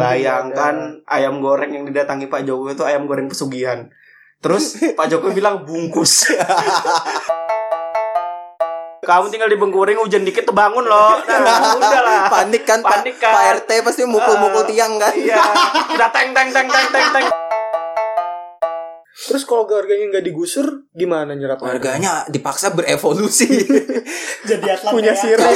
Iya, Bayangkan ayam goreng yang didatangi Pak Jokowi itu ayam goreng pesugihan. Terus Pak Jokowi bilang bungkus. Kamu tinggal di Bengkuring hujan dikit tuh bangun loh. Nah, udahlah. Panik kan, Pak- Panik kan. Pak RT pasti mukul-mukul Ah. tiang kan. Iya, udah teng teng teng teng teng teng. Terus kalau harganya nggak digusur, gimana nyerap Warganya dipaksa berevolusi. Jadi atlet Punya ya. sirup.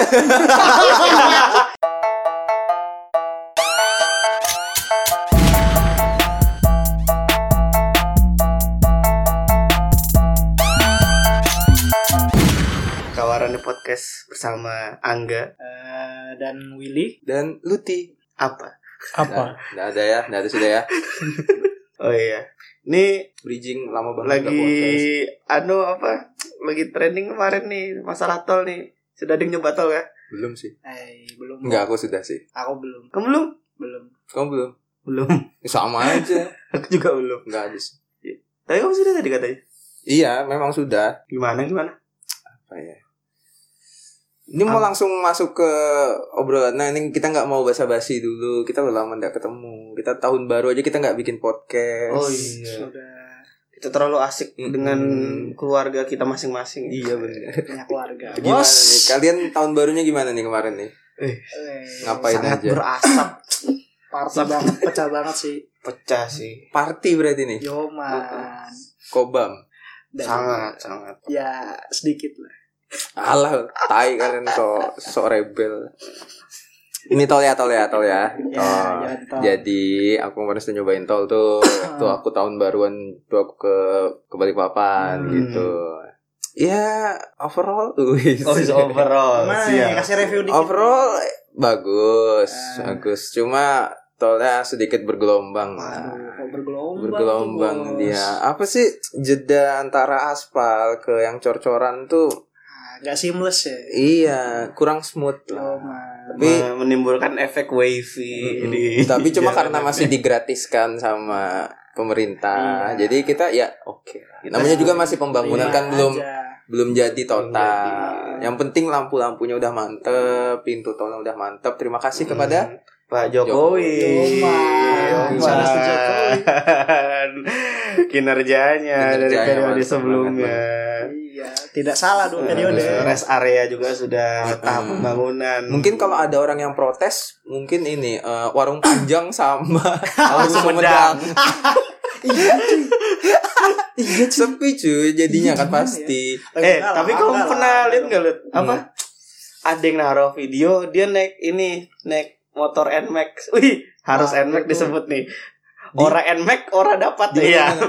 Kawaran di podcast bersama Angga Eh, dan Willy Dan Luti. Nah, apa? Apa? Nggak ada ya, nggak ada sudah ya. Oh iya. Ini Bridging lama banget lagi nggak podcast. anu apa? Lagi trending kemarin nih masalah tol nih. Sudah ding nyoba tol ya? Belum sih. eh, belum Enggak, aku sudah sih. aku belum Kamu belum? belum Kamu belum? Belum. Ya, Sama aja. Aku juga belum. Enggak ada sih. Tapi kamu sudah tadi katanya. Iya, memang sudah. Gimana gimana? Apa ya? Ini mau langsung masuk ke obrolan. Nah, ini kita nggak mau basa-basi dulu. Kita udah lama nggak ketemu. Kita tahun baru aja kita nggak bikin podcast. Oh iya. sudah Kita terlalu asik Mm-mm. dengan keluarga kita masing-masing. Iya benar. punya keluarga Gimana Bos. nih? Kalian tahun barunya gimana nih kemarin nih? Eh, Ngapain Sangat aja? berasap, party banget pecah banget sih pecah sih. Party berarti nih. Iya. Yoman Kobam. Dan- Sangat sangat. ya sedikit lah Alah, tai kalian kok sok rebel. Ini tol ya, tol ya, tol Ya, ya. Tol. jalan tol. Jadi aku kemarin sudah nyobain tol tuh, tuh Ah. aku tahun baruan tuh aku ke ke Balikpapan Hmm. gitu. Ya overall, wis. Oh, it's overall. Gimana nih, Siap. kasih review dikit overall bagus, Ah. bagus. Cuma tolnya sedikit bergelombang lah. Aduh, Ah, kok bergelombang tuh, bergelombang iya. bos. dia. Apa sih jeda antara aspal ke yang cor-coran tuh? Ah, nggak seamless ya Iya, kurang smooth lah. Yoman Tapi Me- menimbulkan efek wavy Mm-mm. di tapi jalan. cuma ya. karena masih digratiskan sama pemerintah. Iya. Jadi kita ya oke. lah. Namanya juga masih pembangunan kan Terima belum Iya aja. belum jadi Belum total. jadi. Yang penting lampu-lampunya udah mantep, pintu tolnya udah mantep. Terima kasih kepada Hmm. Pak Jokowi. Jokowi. Yoman. Salah si Jokowi. Kinerjanya dari Kinerjanya periode mantap sebelumnya. Iya, tidak salah dua periode. Betul. Rest area juga sudah tahap Mm. pembangunan. Mungkin kalau ada orang yang protes, mungkin ini eh, warung panjang sama warung Sumedang. Sumedang. Iya, cuy. sepi cuy jadinya kan gimana ya? pasti. Eh, Enggak lah, tapi enggak kamu lah. pernah lihat nggak Lut? Apa? Ada yang naruh video dia naik ini, naik motor Nmax. Wih, harus Wah, Nmax Nah, itu. Iya. disebut nih. Ora Nmax, ora dapat Di ya. mana?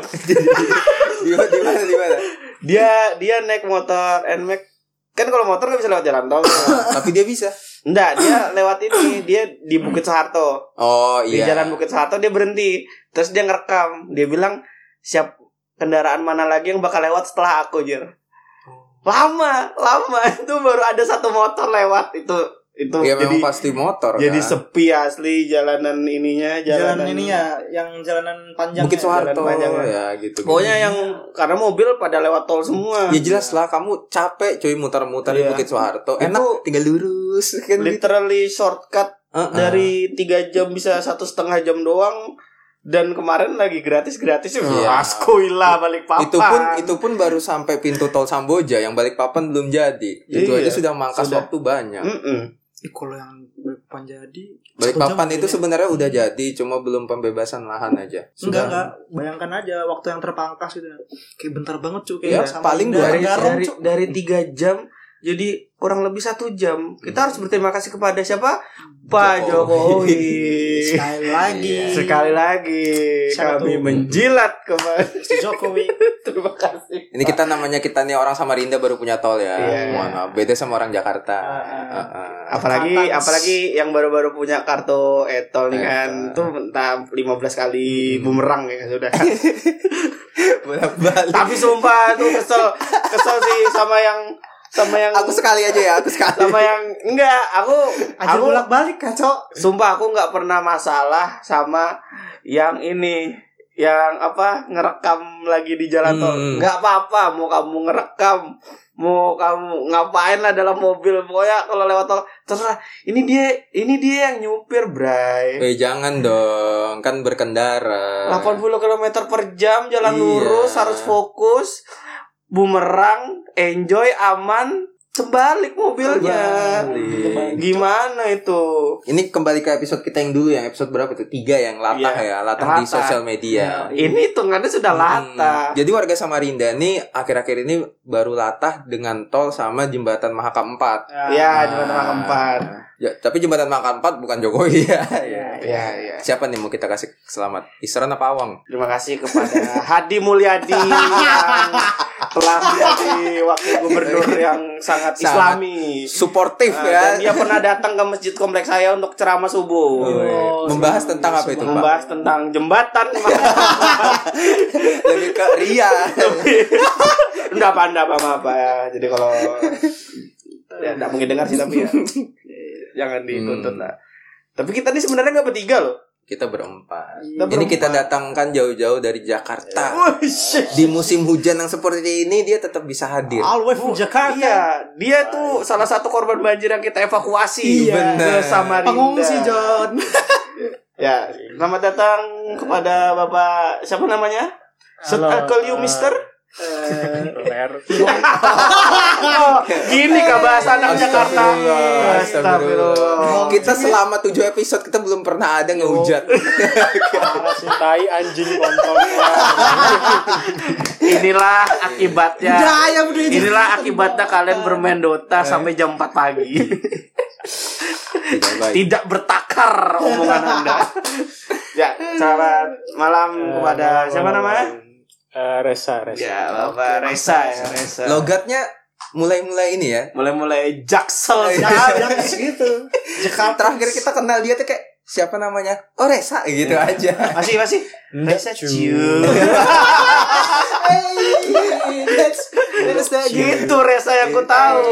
di mana di mana di mana? Dia dia naik motor Nmax. Kan kalau motor nggak bisa lewat jalan tol. Tapi dia bisa. Enggak, dia lewat ini, dia di Bukit Soeharto. Oh Di iya. jalan Bukit Soeharto dia berhenti. Terus dia ngerekam, dia bilang siap kendaraan mana lagi yang bakal lewat setelah aku, Jir. Oh. Lama, lama itu baru ada satu motor lewat itu itu Ya jadi memang pasti motor. jadi kan? sepi asli jalanan ininya, Jalan jalanan ini ya, yang jalanan panjang. Bukit Soeharto jalan panjang ya. ya gitu. Pokoknya yang karena mobil pada lewat tol semua. Ya jelas lah kamu capek cuy muter-muter Iya. di Bukit Soeharto. Itu- Enak tinggal lurus kan gitu. Literally shortcut Heeh. dari tiga jam bisa satu setengah jam doang dan kemarin lagi gratis gratis Iya. askoila balik papan itu pun itu pun baru sampai pintu tol Samboja yang balik papan belum jadi. Itu Iya. aja sudah mangkas Sudah. waktu banyak. Ih, kalau yang depan jadi. Hmm. Balik satu jam papan itu kayaknya. sebenarnya udah jadi, cuma belum pembebasan lahan aja. Enggak, Sudah. enggak. Bayangkan aja waktu yang terpangkas gitu. Kayak bentar banget cuy kayak Ya, paling dua dari hari Garut. dari cuy. dari tiga jam jadi kurang lebih satu jam kita harus berterima kasih kepada siapa Pak Jokowi. Jokowi Sekali lagi. Iya. sekali lagi Siapa kami tuh? menjilat kemarin Si Jokowi. terima kasih Ini kita namanya kita nih orang Samarinda baru punya tol ya. Iya. Ah, Mohon maaf, beda sama orang Jakarta. Heeh. Heeh. apalagi Kartans. apalagi yang baru-baru punya kartu etol nih kan itu Etol. entah 15 kali Hmm. bumerang ya sudah Bolak-balik. Tapi sumpah tuh kesel Kesel sih sama yang Sama yang Aku sekali aja ya, aku sekali. Sama yang Enggak Aku Aja ya, Aku bolak balik kacau. Sumpah aku nggak pernah masalah Sama Yang ini yang apa ngerekam lagi di jalan tol Hmm. nggak apa-apa mau kamu ngerekam mau kamu ngapain lah dalam mobil pokoknya kalau lewat tol terserah ini dia ini dia yang nyupir bray Eh jangan dong, kan berkendara. 80 km per jam jalan Iya. lurus harus fokus bumerang enjoy aman kebalik mobilnya Kebalik. gimana itu Ini kembali ke episode kita yang dulu yang episode berapa tuh? Tiga yang latah ya, latah Latah. di sosial media. ini hitungannya sudah Hmm. lata Jadi warga Samarinda nih akhir-akhir ini baru latah dengan tol sama jembatan Mahakam 4. ya Ah. jalan orang keempat Ya, tapi jembatan Mahakam 4 bukan Jokowi ya. ya ya Siapa nih mau kita kasih selamat? Isran apa Awang? terima kasih kepada Hadi Mulyadi yang telah menjadi wakil gubernur yang sangat, Sangat Iya. islami Suportif Ah, ya. dan dia pernah datang ke masjid kompleks saya untuk ceramah subuh Oh, Membahas tentang apa itu, Pak? membahas tentang jembatan Lebih ke Ria. Enggak apa enggak apa apa ya. Jadi kalau ya enggak mungkin dengar sih tapi ya jangan dituntut Hmm. lah. Tapi kita ini sebenarnya nggak bertiga loh. kita berempat. Kita Ini kita datangkan jauh-jauh dari Jakarta. berempat. Wih, shit. Di musim hujan yang seperti ini dia tetap bisa hadir. All the way from Jakarta. Iya, dia tuh salah satu korban banjir yang kita evakuasi Iya. ke Samarinda. Pengungsi John. Ya, selamat datang kepada Bapak siapa namanya? Set Halo, I call you eh, Mister. Ler. Oh, gini kah bahasa anak Jakarta. Astagfirullah, Astagfirullah. Kita selama tujuh episode kita belum pernah ada ngehujat. Si tai anjing kontol. Inilah akibatnya. Jaya udah ya, itu. Inilah akibatnya kalian bermain Dota sampai jam 4 pagi. Tidak baik. Tidak bertakar omongan Anda. ya, selamat malam kepada siapa namanya? Eh, Resa, Resa. Ya, Bapak Reza ya, Reza. Logatnya mulai-mulai ini ya. Mulai-mulai Eh, jaksel. iya, Jakarta gitu. Jakarta. Terakhir kita kenal dia tuh kayak siapa namanya? Oh Resa gitu aja. Masih, masih. Ndak, Reza cu. Ciu. Hey, that's that's Iya, the Gitu Reza yang ku tahu.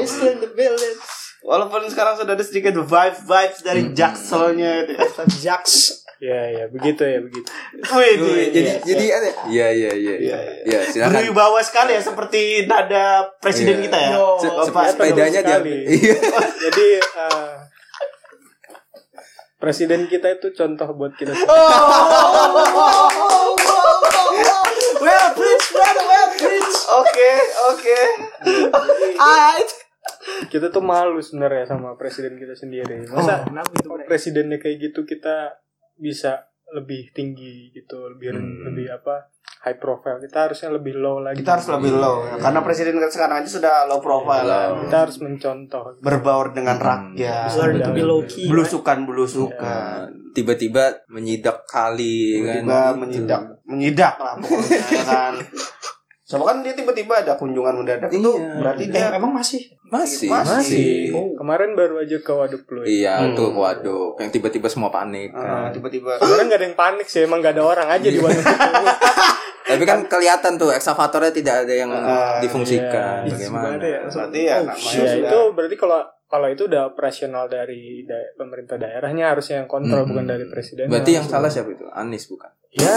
He's still in the building. Walaupun sekarang sudah ada sedikit vibe-vibes dari jakselnya itu. Jaks. Ya, ya, begitu ya, begitu. Wih, jadi jadi ada. Iya iya iya. Iya ya, silakan. berwibawa sekali ya seperti nada presiden Iya. kita ya. Yo. Se- se- Bapak. sepedanya dia. Sekali. Iya. Jadi eh, presiden kita itu contoh buat kita. semua. Well, preach, brother, well, preach. Oke, oke. Alright. Kita tuh malu sebenarnya sama presiden kita sendiri. Masa Kenapa itu? presidennya kayak gitu kita bisa lebih tinggi gitu, lebih Hmm. lebih apa? high profile. Kita harusnya lebih low lagi. Kita harus lebih low ya, karena presiden kan sekarang aja sudah low profile. kan. Low. Kita harus mencontoh. Berbaur dengan Hmm. rakyat. Besar. Learn to be low key. Belusukan belusukan. Tiba-tiba menyidak kali kan. Tiba menyidak, menyidak lah pokoknya ya kan. Sama kan dia tiba-tiba ada kunjungan mendadak itu Iya. berarti Eh, dia emang masih. Masih, Masih. masih. Kemarin baru aja ke waduk Pluit. Iya, Hmm. tuh waduh, yang tiba-tiba semua panik. kan? eh, tiba-tiba Sebenarnya nggak ada yang panik sih, emang nggak ada orang aja di waduk itu. Tapi kan kelihatan tuh eksavatornya tidak ada yang Ah, difungsikan. iya. Bagaimana? Sebenarnya ya, berarti Oh, ya Iya, namanya Ya, sudah itu berarti kalau kalau itu udah operasional dari da- pemerintah daerahnya harusnya yang kontrol Mm-mm. bukan dari presiden. Berarti yang salah siapa itu? Anies bukan? Ya.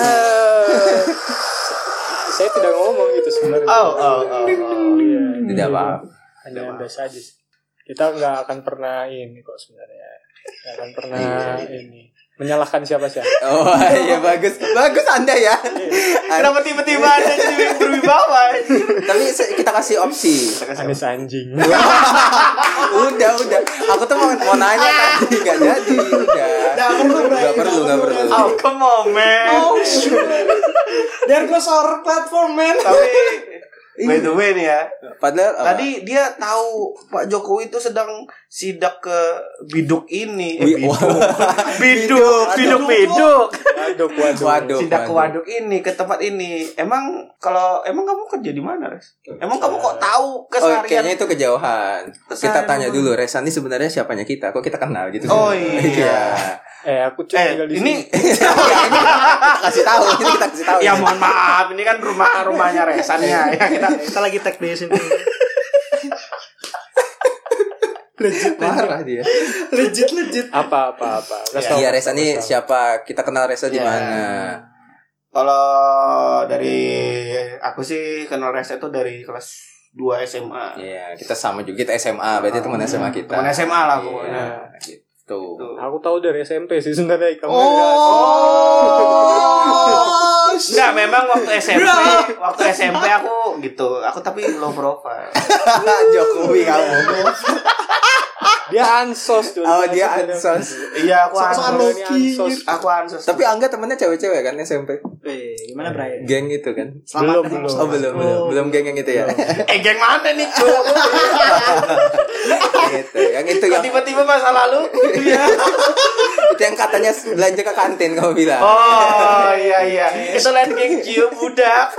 saya tidak ngomong gitu sebenarnya. Oh, oh, oh, oh. Iya, Tidak gitu. apa-apa. Hanya Iya, anda saja sih. Kita nggak akan pernah ini kok sebenarnya. Nggak akan pernah Iya, ini menyalahkan siapa-siapa. Oh iya bagus, bagus anda ya. Kenapa tiba-tiba ada cewek yang berwibawa? anjir? Tapi se- kita kasih opsi. Anies anjing. Udah udah, aku tuh mau, mau nanya tadi nggak jadi. Udah. Nggak perlu, nggak perlu. Oh, come on, Oh. man. Oh, There goes our platform, man. Tapi by the way nih ya, Padahal apa? Tadi dia tahu Pak Jokowi itu sedang sidak ke biduk ini. Eh, Wi- biduk. wah, biduk, biduk, biduk. Waduh, waduh. waduh, Sidak ke waduh. waduk ini, ke tempat ini. Emang kalau emang kamu kerja di mana, Res? Emang kamu kok tahu Oh, keseharian? kayaknya itu kejauhan. Kita Keseharian tanya apa? dulu, Resa ini sebenarnya siapanya kita? Kok kita kenal gitu? Oh, iya. Eh, aku cuy Eh, tinggal di ini sini. Iya, ini kita kasih tahu, ini kita kasih tahu. ya mohon maaf, ini kan rumah rumahnya Resannya. Ya kita Kita lagi tag di sini. Marah dia. Legit, legit. apa apa apa. Kasih tau. Iya, Resa ini Kasih tau. siapa? Kita kenal Resa di Iya. mana? Kalau dari aku sih kenal Reza itu dari kelas 2 SMA. Iya, kita sama juga kita SMA, berarti teman SMA kita. Teman SMA lah pokoknya. Iya, gitu. Tuh. Aku tahu dari SMP sih sebenarnya kamu Oh. Enggak, memang waktu SMP, waktu SMP aku gitu. Aku tapi low profile. Jokowi kamu. Dia ansos tuh. Oh, dia ansos. Iya, aku Sok-sokan ansos. low-key, ansos. Aku ansos. Tapi Angga temennya cewek-cewek kan SMP. Eh, gimana Bray? Geng gitu kan. Selamat Belum, belum. Oh, belum, belum. Belum geng yang itu ya. eh geng mana nih, Cuk? gitu. Yang itu Kok yang tiba-tiba masa lalu? itu yang katanya belanja ke kantin kamu bilang. Oh, iya iya. Itu lain geng Jio budak.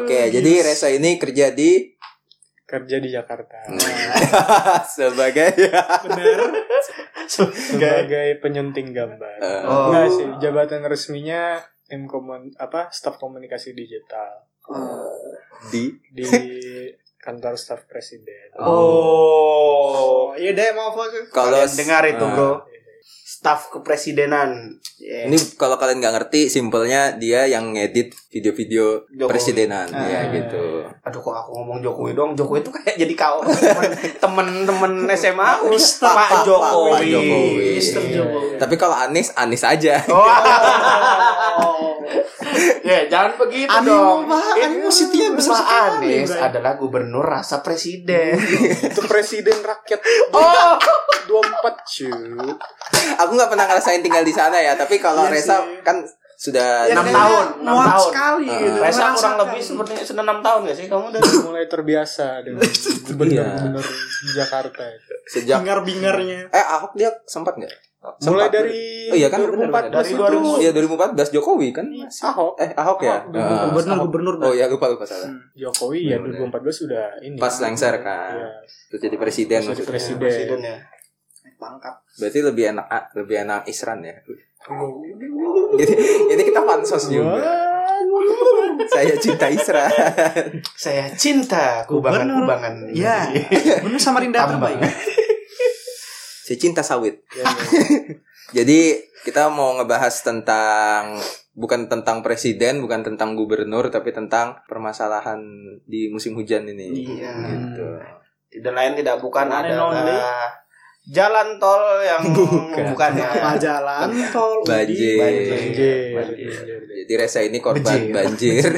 Oke, jadi Reza ini kerja di kerja di Jakarta sebagai sebagai penyunting gambar. Eh, Oh. Enggak sih, jabatan resminya tim komun apa staf komunikasi digital di di kantor staf presiden. Oh. Iya deh, mau fokus. kalau Kalian dengar itu, eh, Bro. Staf kepresidenan. Iya. Ini kalau kalian nggak ngerti, simpelnya dia yang ngedit video-video Jokowi. presidenan, Ah. ya gitu. Aduh kok aku ngomong Jokowi dong Jokowi tuh kayak jadi kau Temen-temen SMA aku Pak Jokowi Pak Jokowi. Mister Jokowi. Tapi kalau Anis, Anis aja. Oh. ya jangan begitu Animo, dong. Pak. Animo Ini city-nya besar Pak sekali, Anies Bray. adalah gubernur rasa presiden. Itu presiden rakyat oh, 24 cuy. Aku nggak pernah ngerasain tinggal di sana ya. Tapi kalau Iya Reza sih. Iya, kan? kan Enam sudah Ya, kayaknya tahun, enam muat tahun. Ah. sekali Eh, gitu. Rasa kurang merasakan. lebih seperti sudah enam tahun gak sih kamu dari mulai terbiasa dengan Iya. gubernur-gubernur Jakarta itu. sejak. bingar-bingarnya. Eh Ahok dia sempat nggak? Mulai Sempat. dari Oh iya kan 2014 Dari itu 2000. Iya 2014 Jokowi kan? Ahok Eh Ahok ya. Ahok, dulu. Ah. Eh, Gubernur, gubernur. Oh iya lupa lupa salah. Jokowi ya Bener. 2014 sudah ini. Pas lengser kan. Iya, Terus jadi presiden. jadi maksudnya. presiden. presiden ya? Pangkat. Berarti lebih enak ah, lebih enak Isran ya. Oh. Jadi ini kita pansos juga. Saya cinta Isran. Saya cinta kubangan-kubangan. Iya. Ya. Bener sama Rinda Tambah. terbaik. Saya cinta sawit. Ya, ya. Jadi kita mau ngebahas tentang bukan tentang presiden, bukan tentang gubernur, tapi tentang permasalahan di musim hujan ini. Iya. Hmm. Gitu. Tidak lain tidak bukan One and only. adalah jalan tol yang Bukan. bukan ya. Apa jalan tol Udi. Banjir. Banjir. Banjir. Jadi Reza ini korban banjir.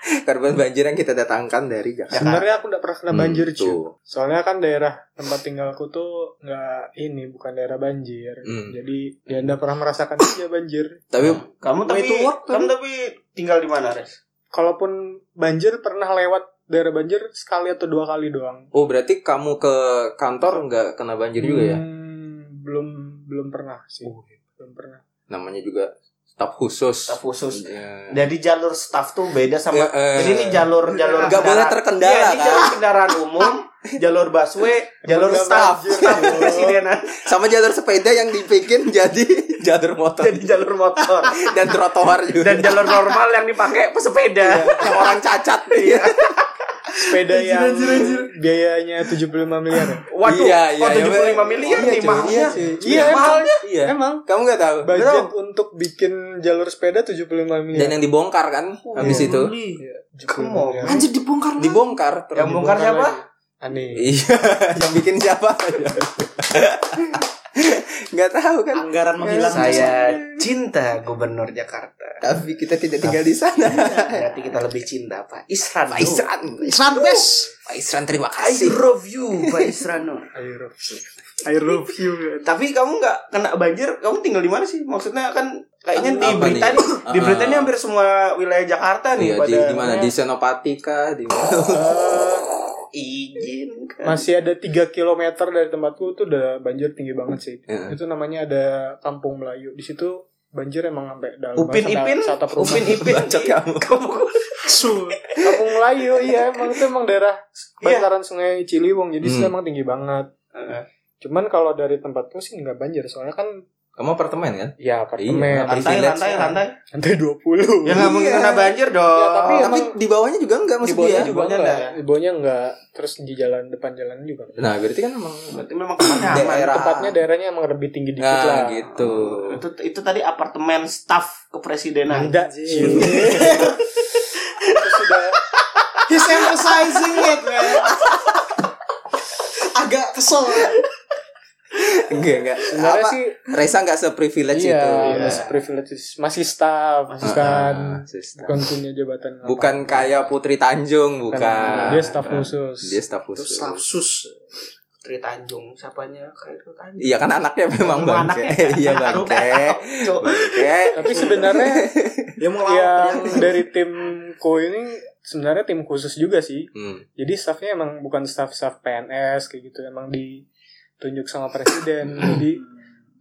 korban banjir yang kita datangkan dari Jakarta. Sebenarnya aku nggak pernah kena Ya, Hmm, banjir cuy. tuh. Soalnya kan daerah tempat tinggalku tuh nggak ini bukan daerah banjir. Hmm. Jadi ya nggak pernah merasakan aja banjir. Tapi Nah. Kamu tapi Way to work, kamu tapi tinggal di mana, Res? Kalaupun banjir pernah lewat daerah banjir sekali atau dua kali doang. oh berarti kamu ke kantor nggak kena banjir juga ya? Oh, iya. Hmm, belum belum pernah sih. Belum pernah. Namanya juga staf khusus. Staf khusus. Iya. Jadi jalur staff tuh beda sama Eh, eh. Jadi ini jalur jalur Nggak boleh kendaraan- terkendala, Iya, ini kan? jalur kendaraan umum, jalur busway, jalur Nggak staff, banjir. staff kepresidenan, sama jalur sepeda yang dibikin jadi jalur motor jadi jalur motor dan trotoar juga. dan jalur normal yang dipakai pesepeda. yang orang cacat iya. Sepeda yang biayanya 75 miliar. ya? Waduh, Iya, kok iya, 75 iya. miliar Iya, nih cuy, mahnya. iya, cuy. Iya, Iya, mahal. iya Emang kamu nggak tahu budget untuk bikin jalur sepeda 75 dan miliar. yang dibongkar kan habis itu Iya, 75 Come on. miliar. Ah, Anjir dibongkar lagi. dibongkar Yang bongkar siapa? lagi. Aneh. iya yang bikin siapa nggak tahu kan Anggaran menghilang. Saya cinta Gubernur Jakarta. tapi kita tidak tinggal di sana Berarti kita lebih cinta Pak Isran. Pak Isran Isran best. Pak Isran terima I kasih love you Pak Isranur. Ayo. I love you. Tapi kamu nggak kena banjir, kamu tinggal di mana sih? Maksudnya kan kayaknya di Apa nih? Britain, di Ah. Britain ini hampir semua wilayah Jakarta nih Iya, di, pada di mana di Senopati kah di mana? izin kan. Eh, Masih ada 3 km dari tempatku tuh udah banjir tinggi banget sih. Iya. Itu namanya ada Kampung Melayu. Di situ banjir emang sampai dalam Upin banget, Ipin, sampai- sampai Upin perumahan. Ipin. Iya, Bacot kamu. Kamu Su. Kampung Melayu iya emang itu emang daerah Iya. bantaran Sungai Ciliwung jadi Hmm. itu emang tinggi banget. Heeh. Cuman kalau dari tempatku sih nggak banjir soalnya kan Kamu apartemen kan? Ya Iya, apartemen. apartemen. Lantai, Privilege, lantai, kan? lantai. Lantai 20. Ya nggak mungkin Iya. kena banjir dong. Ya, tapi tapi emang- di bawahnya juga enggak di maksud bawahnya dia. juga bawahnya enggak. enggak. Di bawahnya enggak. Terus di jalan depan jalan juga. enggak. Nah, berarti kan emang Berarti memang tempatnya aman. daerah. Tempatnya daerahnya emang lebih tinggi dikit Nah, lah. gitu. Itu itu tadi apartemen staff kepresidenan. Nah, Enggak sih. Itu sudah He's emphasizing it, man. Agak kesel. Enggak, enggak. sebenarnya Apa? sih Resa enggak seprivilege iya, itu. Iya. masih privilege masih staff, bukan Ah, sistem. bukan punya jabatan. apa. Bukan kayak Putri Tanjung, bukan. Nah, Dia staff khusus. Dia staff Terus khusus. staff sus Tri Tanjung, siapanya Tri Tanjung. Iya kan anaknya memang bangke. Iya bangke. Bangke. Tapi sebenarnya Dia mau yang lawan. dia. dari timku ini sebenarnya tim khusus juga sih. Hmm. Jadi staffnya emang bukan staff-staff PNS kayak gitu, emang ditunjuk sama presiden. jadi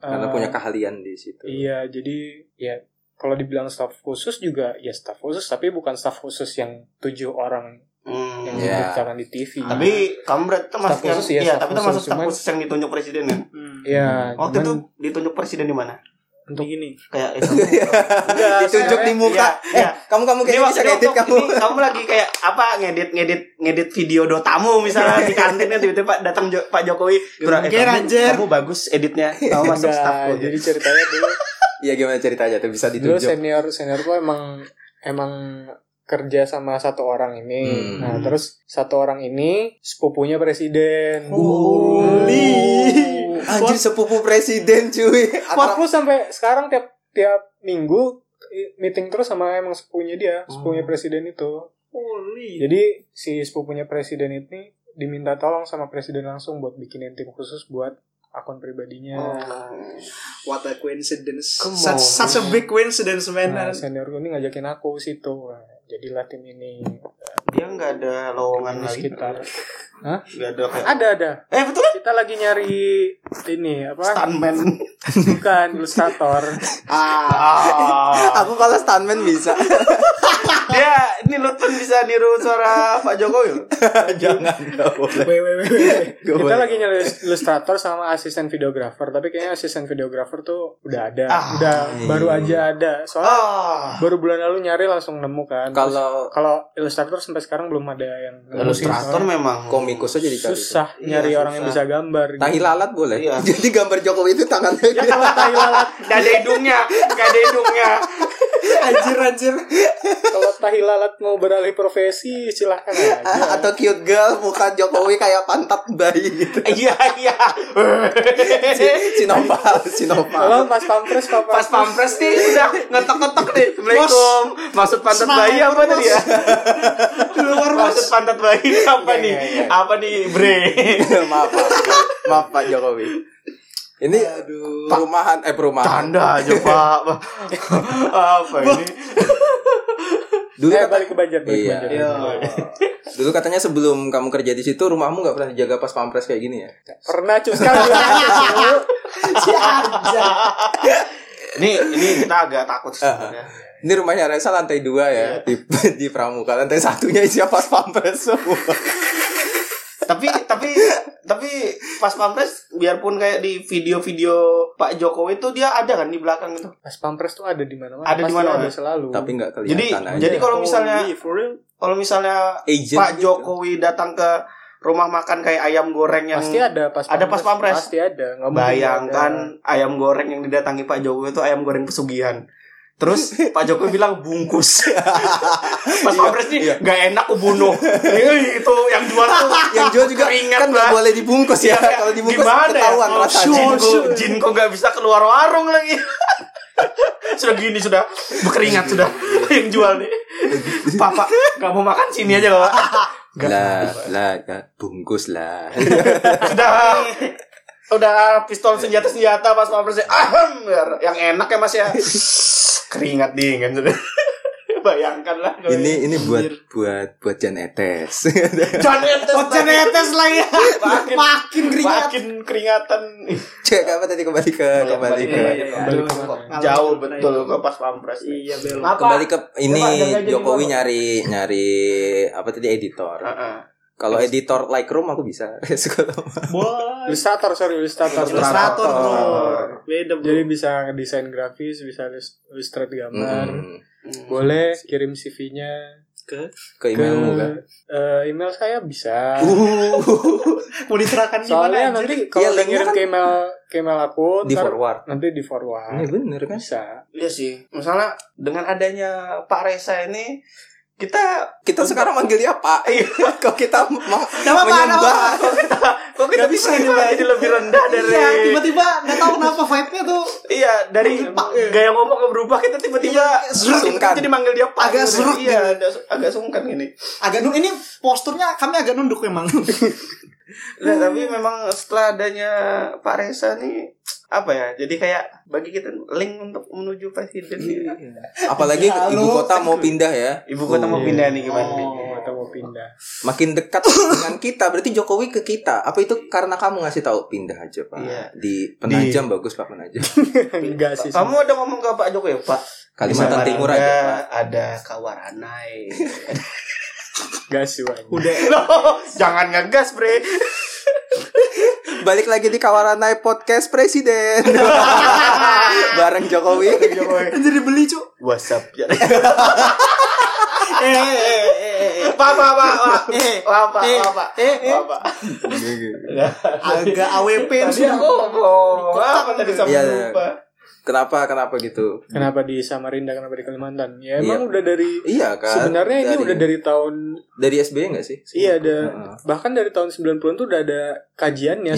Karena eh, punya keahlian di situ. Iya, jadi ya kalau dibilang staff khusus juga ya staff khusus, tapi bukan staff khusus yang tujuh orang yang Hmm. Iya. diberitakan di TV. Tapi kamu berarti termasuk Staff yang khusus ya, iya, staff tapi termasuk khusus, staff cuman- khusus yang ditunjuk presiden kan. Hmm. ya, Waktu itu cuman ditunjuk presiden di mana? untuk gini. Kayak eh, sama- Enggak, Iya, Ditunjuk di muka. Iya, iya. Eh, kamu kamu Ini kayaknya bisa waktu ngedit kamu. kamu. Ini kamu lagi kayak apa ngedit ngedit ngedit video dotamu misalnya di kantinnya tiba-tiba Pak datang Jo- Pak Jokowi. "Bro, eh, Gembira, kamu- anjir." Kamu bagus editnya. Kamu enggak, masuk staff jadi jadi ceritanya dulu Iya gimana ceritanya tuh bisa dulu ditunjuk. senior seniorku emang emang kerja sama satu orang ini. Hmm. Nah, terus satu orang ini sepupunya presiden. Holy. Anjir sepupu presiden cuy. Akrab. Aku sampai sekarang tiap tiap minggu i- meeting terus sama emang sepupunya dia, sepupunya presiden itu. Jadi si sepupunya presiden ini diminta tolong sama presiden langsung buat bikinin tim khusus buat akun Oh. pribadinya. What a coincidence. Come Such, on. such a big coincidence, man. Nah, senior gue ini ngajakin aku ke situ. Nah, jadilah tim ini Dia nggak ada lowongan di lagi. sekitar. Nggak ada kayak. Ada ada. Eh betul kan? Kita lagi nyari ini apa? Stuntman. Bukan ilustrator. Ah, Ah. Aku kalau stuntman bisa. Dia ini Lutfan bisa niru suara Pak Jokowi. Jangan nggak boleh. wait, wait, wait, wait. Nggak Kita boleh. Oh, lagi iya. nyari ilustrator sama asisten videografer, tapi kayaknya asisten videografer tuh udah ada, Ah. udah baru aja ada. Soalnya Ah. baru bulan lalu nyari langsung nemu kan. Terus kalau kalau ilustrator sampai sekarang belum ada yang nemu Ilustrator sih, memang komikus aja soalnya dicari. susah Iya, nyari orang yang susah. bisa gambar. gitu. Tahi lalat boleh. Iya. Jadi gambar Jokowi itu tangannya Ya kalau tahi lalat, Nggak ada hidungnya, nggak ada hidungnya. anjir anjir. kalau tahi lalat mau beralih profesi silahkan aja. Atau cute girl muka Jokowi kayak pantat bayi gitu. Iya iya. Sinopal, Sinopal. Kalau pas pampres papa Pas pampres nih udah ngetok-ngetok nih. Assalamualaikum. Maksud pantat bayi apa tadi ya? Keluar, Mas. Maksud pantat bayi apa Iya, nih? iya, iya. Apa nih, Bre? maaf, maaf, maaf Pak Jokowi. Ini perumahan eh perumahan. Tanda aja, Pak. apa ini? Dulu eh, kata- balik ke banjir, balik Iya. ke banjir. Iya. dulu katanya sebelum kamu kerja di situ rumahmu nggak pernah dijaga pas pampres kayak gini ya? Pernah kan? cuy sekarang udah ada, cu. Si anjir. Ini ini kita agak takut sih sebenarnya. Ini rumahnya Reza lantai dua Iya. ya di, di Pramuka lantai satunya isi pas pampres semua. tapi tapi tapi pas pampres biarpun kayak di video-video Pak Jokowi itu dia ada kan di belakang itu. Pas pampres tuh ada di mana-mana. Ada di Pasti mana-mana. Ada selalu. Tapi nggak kelihatan Jadi aja. jadi kalau misalnya Holy, Oh, iya, for real. kalau misalnya Agent Pak gitu. Jokowi datang ke rumah makan kayak ayam goreng yang pasti ada pas ada pas pampres. Pasti ada. Nggak mungkin nggak bayangkan ayam goreng yang didatangi Pak Jokowi itu ayam goreng pesugihan. Terus Pak Jokowi bilang bungkus. Pas Iya, pampres nih nggak enak kubunuh. Ih, itu yang jual tuh yang jual juga Keringat, kan nggak Pak. boleh dibungkus ya. Kayak kalau dibungkus gimana ketahuan ya? Oh, rasanya. Jin kok, jin kok nggak bisa keluar warung lagi. sudah gini sudah berkeringat sudah yang jual nih. Papa nggak mau makan sini aja loh. Lah, lah, lah, bungkus lah. Iya, Sudah udah pistol senjata senjata pas pampres ahem yang enak ya mas ya keringat dingin sudah bayangkanlah kalau ini ini buat buat buat Jan Etes. John Entes Oh, cenetes ya. lagi. Makin- Makin keringat. makin keringatan Cek apa tadi kembali ke kembali ke Iya, iya, iya. Kembali Aduh, ke mana? kok jauh betul kok pas pampres nih. Iya, belum. Maaf. kembali ke Coba, ini Ah. jangan jadi Jokowi gua. nyari nyari apa tadi editor. Heeh. Kalau editor Lightroom aku bisa. Suka lama. ada. Ilustrator sorry ilustrator. Ilustrator, Ilustrator, bro. Ilustrator. Beda. beda bro. Jadi bisa desain grafis, bisa illus- illustrate gambar. Mm. Boleh kirim CV-nya Ke- Ke ke emailmu kan? Uh, eh, email saya bisa. mau diserahkan di mana Soalnya anjir? nanti Iya, kalau udah linknya ngirim kan- ke email ke email aku, Di ntar forward. nanti di forward. Ini Ah. bener kan? Bisa. Iya sih. Misalnya dengan adanya Pak Reza ini kita Kita sekarang manggil dia Pak. Kok kita ma- Nama apa? Nama menyembah. apa? Iya. kok kita Nggak bisa bisa aja lebih rendah dari Iya, tiba-tiba nggak tahu kenapa vibe-nya tuh iya dari Emang, iya. gaya ngomongnya berubah kita tiba-tiba Iya, zruk. kita jadi manggil dia Pak Agak Gitu. zruk iya ada- agak sungkan ini. agak nun ini posturnya kami agak nunduk memang. Nah, tapi memang setelah adanya Pak Reza nih apa ya jadi kayak bagi kita link untuk menuju presiden Iya. Apalagi Iya, ibu lu- kota mau pindah ya. ibu kota mau Oh. pindah nih gimana nih Oh. Atau mau pindah. Makin dekat dengan kita, berarti Jokowi ke kita. Apa itu karena kamu ngasih tahu pindah aja, Pak? Iya. Di Penajam bagus, Pak Penajam. Enggak sih. kamu ada ngomong ke Pak Jokowi ya, Pak Kalimantan Bisa Timur ada- aja, Pak. ada Kawaranai Enggak sih, Wan. Udah Loh, jangan ngegas bre Balik lagi di Kawaranai Podcast Presiden. Bareng Jokowi. Jokowi anjir dibeli, Cuk. WhatsApp ya Eh, eh, eh, eh, eh. Pak Pak Pak Pak Eh, Wah, Pak eh, Wah, Pak eh, eh. Wah, Pak agak AWP Tadi sudah. aku ngomong apa tadi sampai Iya, iya. lupa Kenapa kenapa gitu? Kenapa di Samarinda, kenapa di Kalimantan? Ya Iya. emang udah dari Iya kan. sebenarnya ini udah dari tahun dari SBY enggak sih? iya ada Heeh. bahkan dari tahun 90-an tuh udah ada kajiannya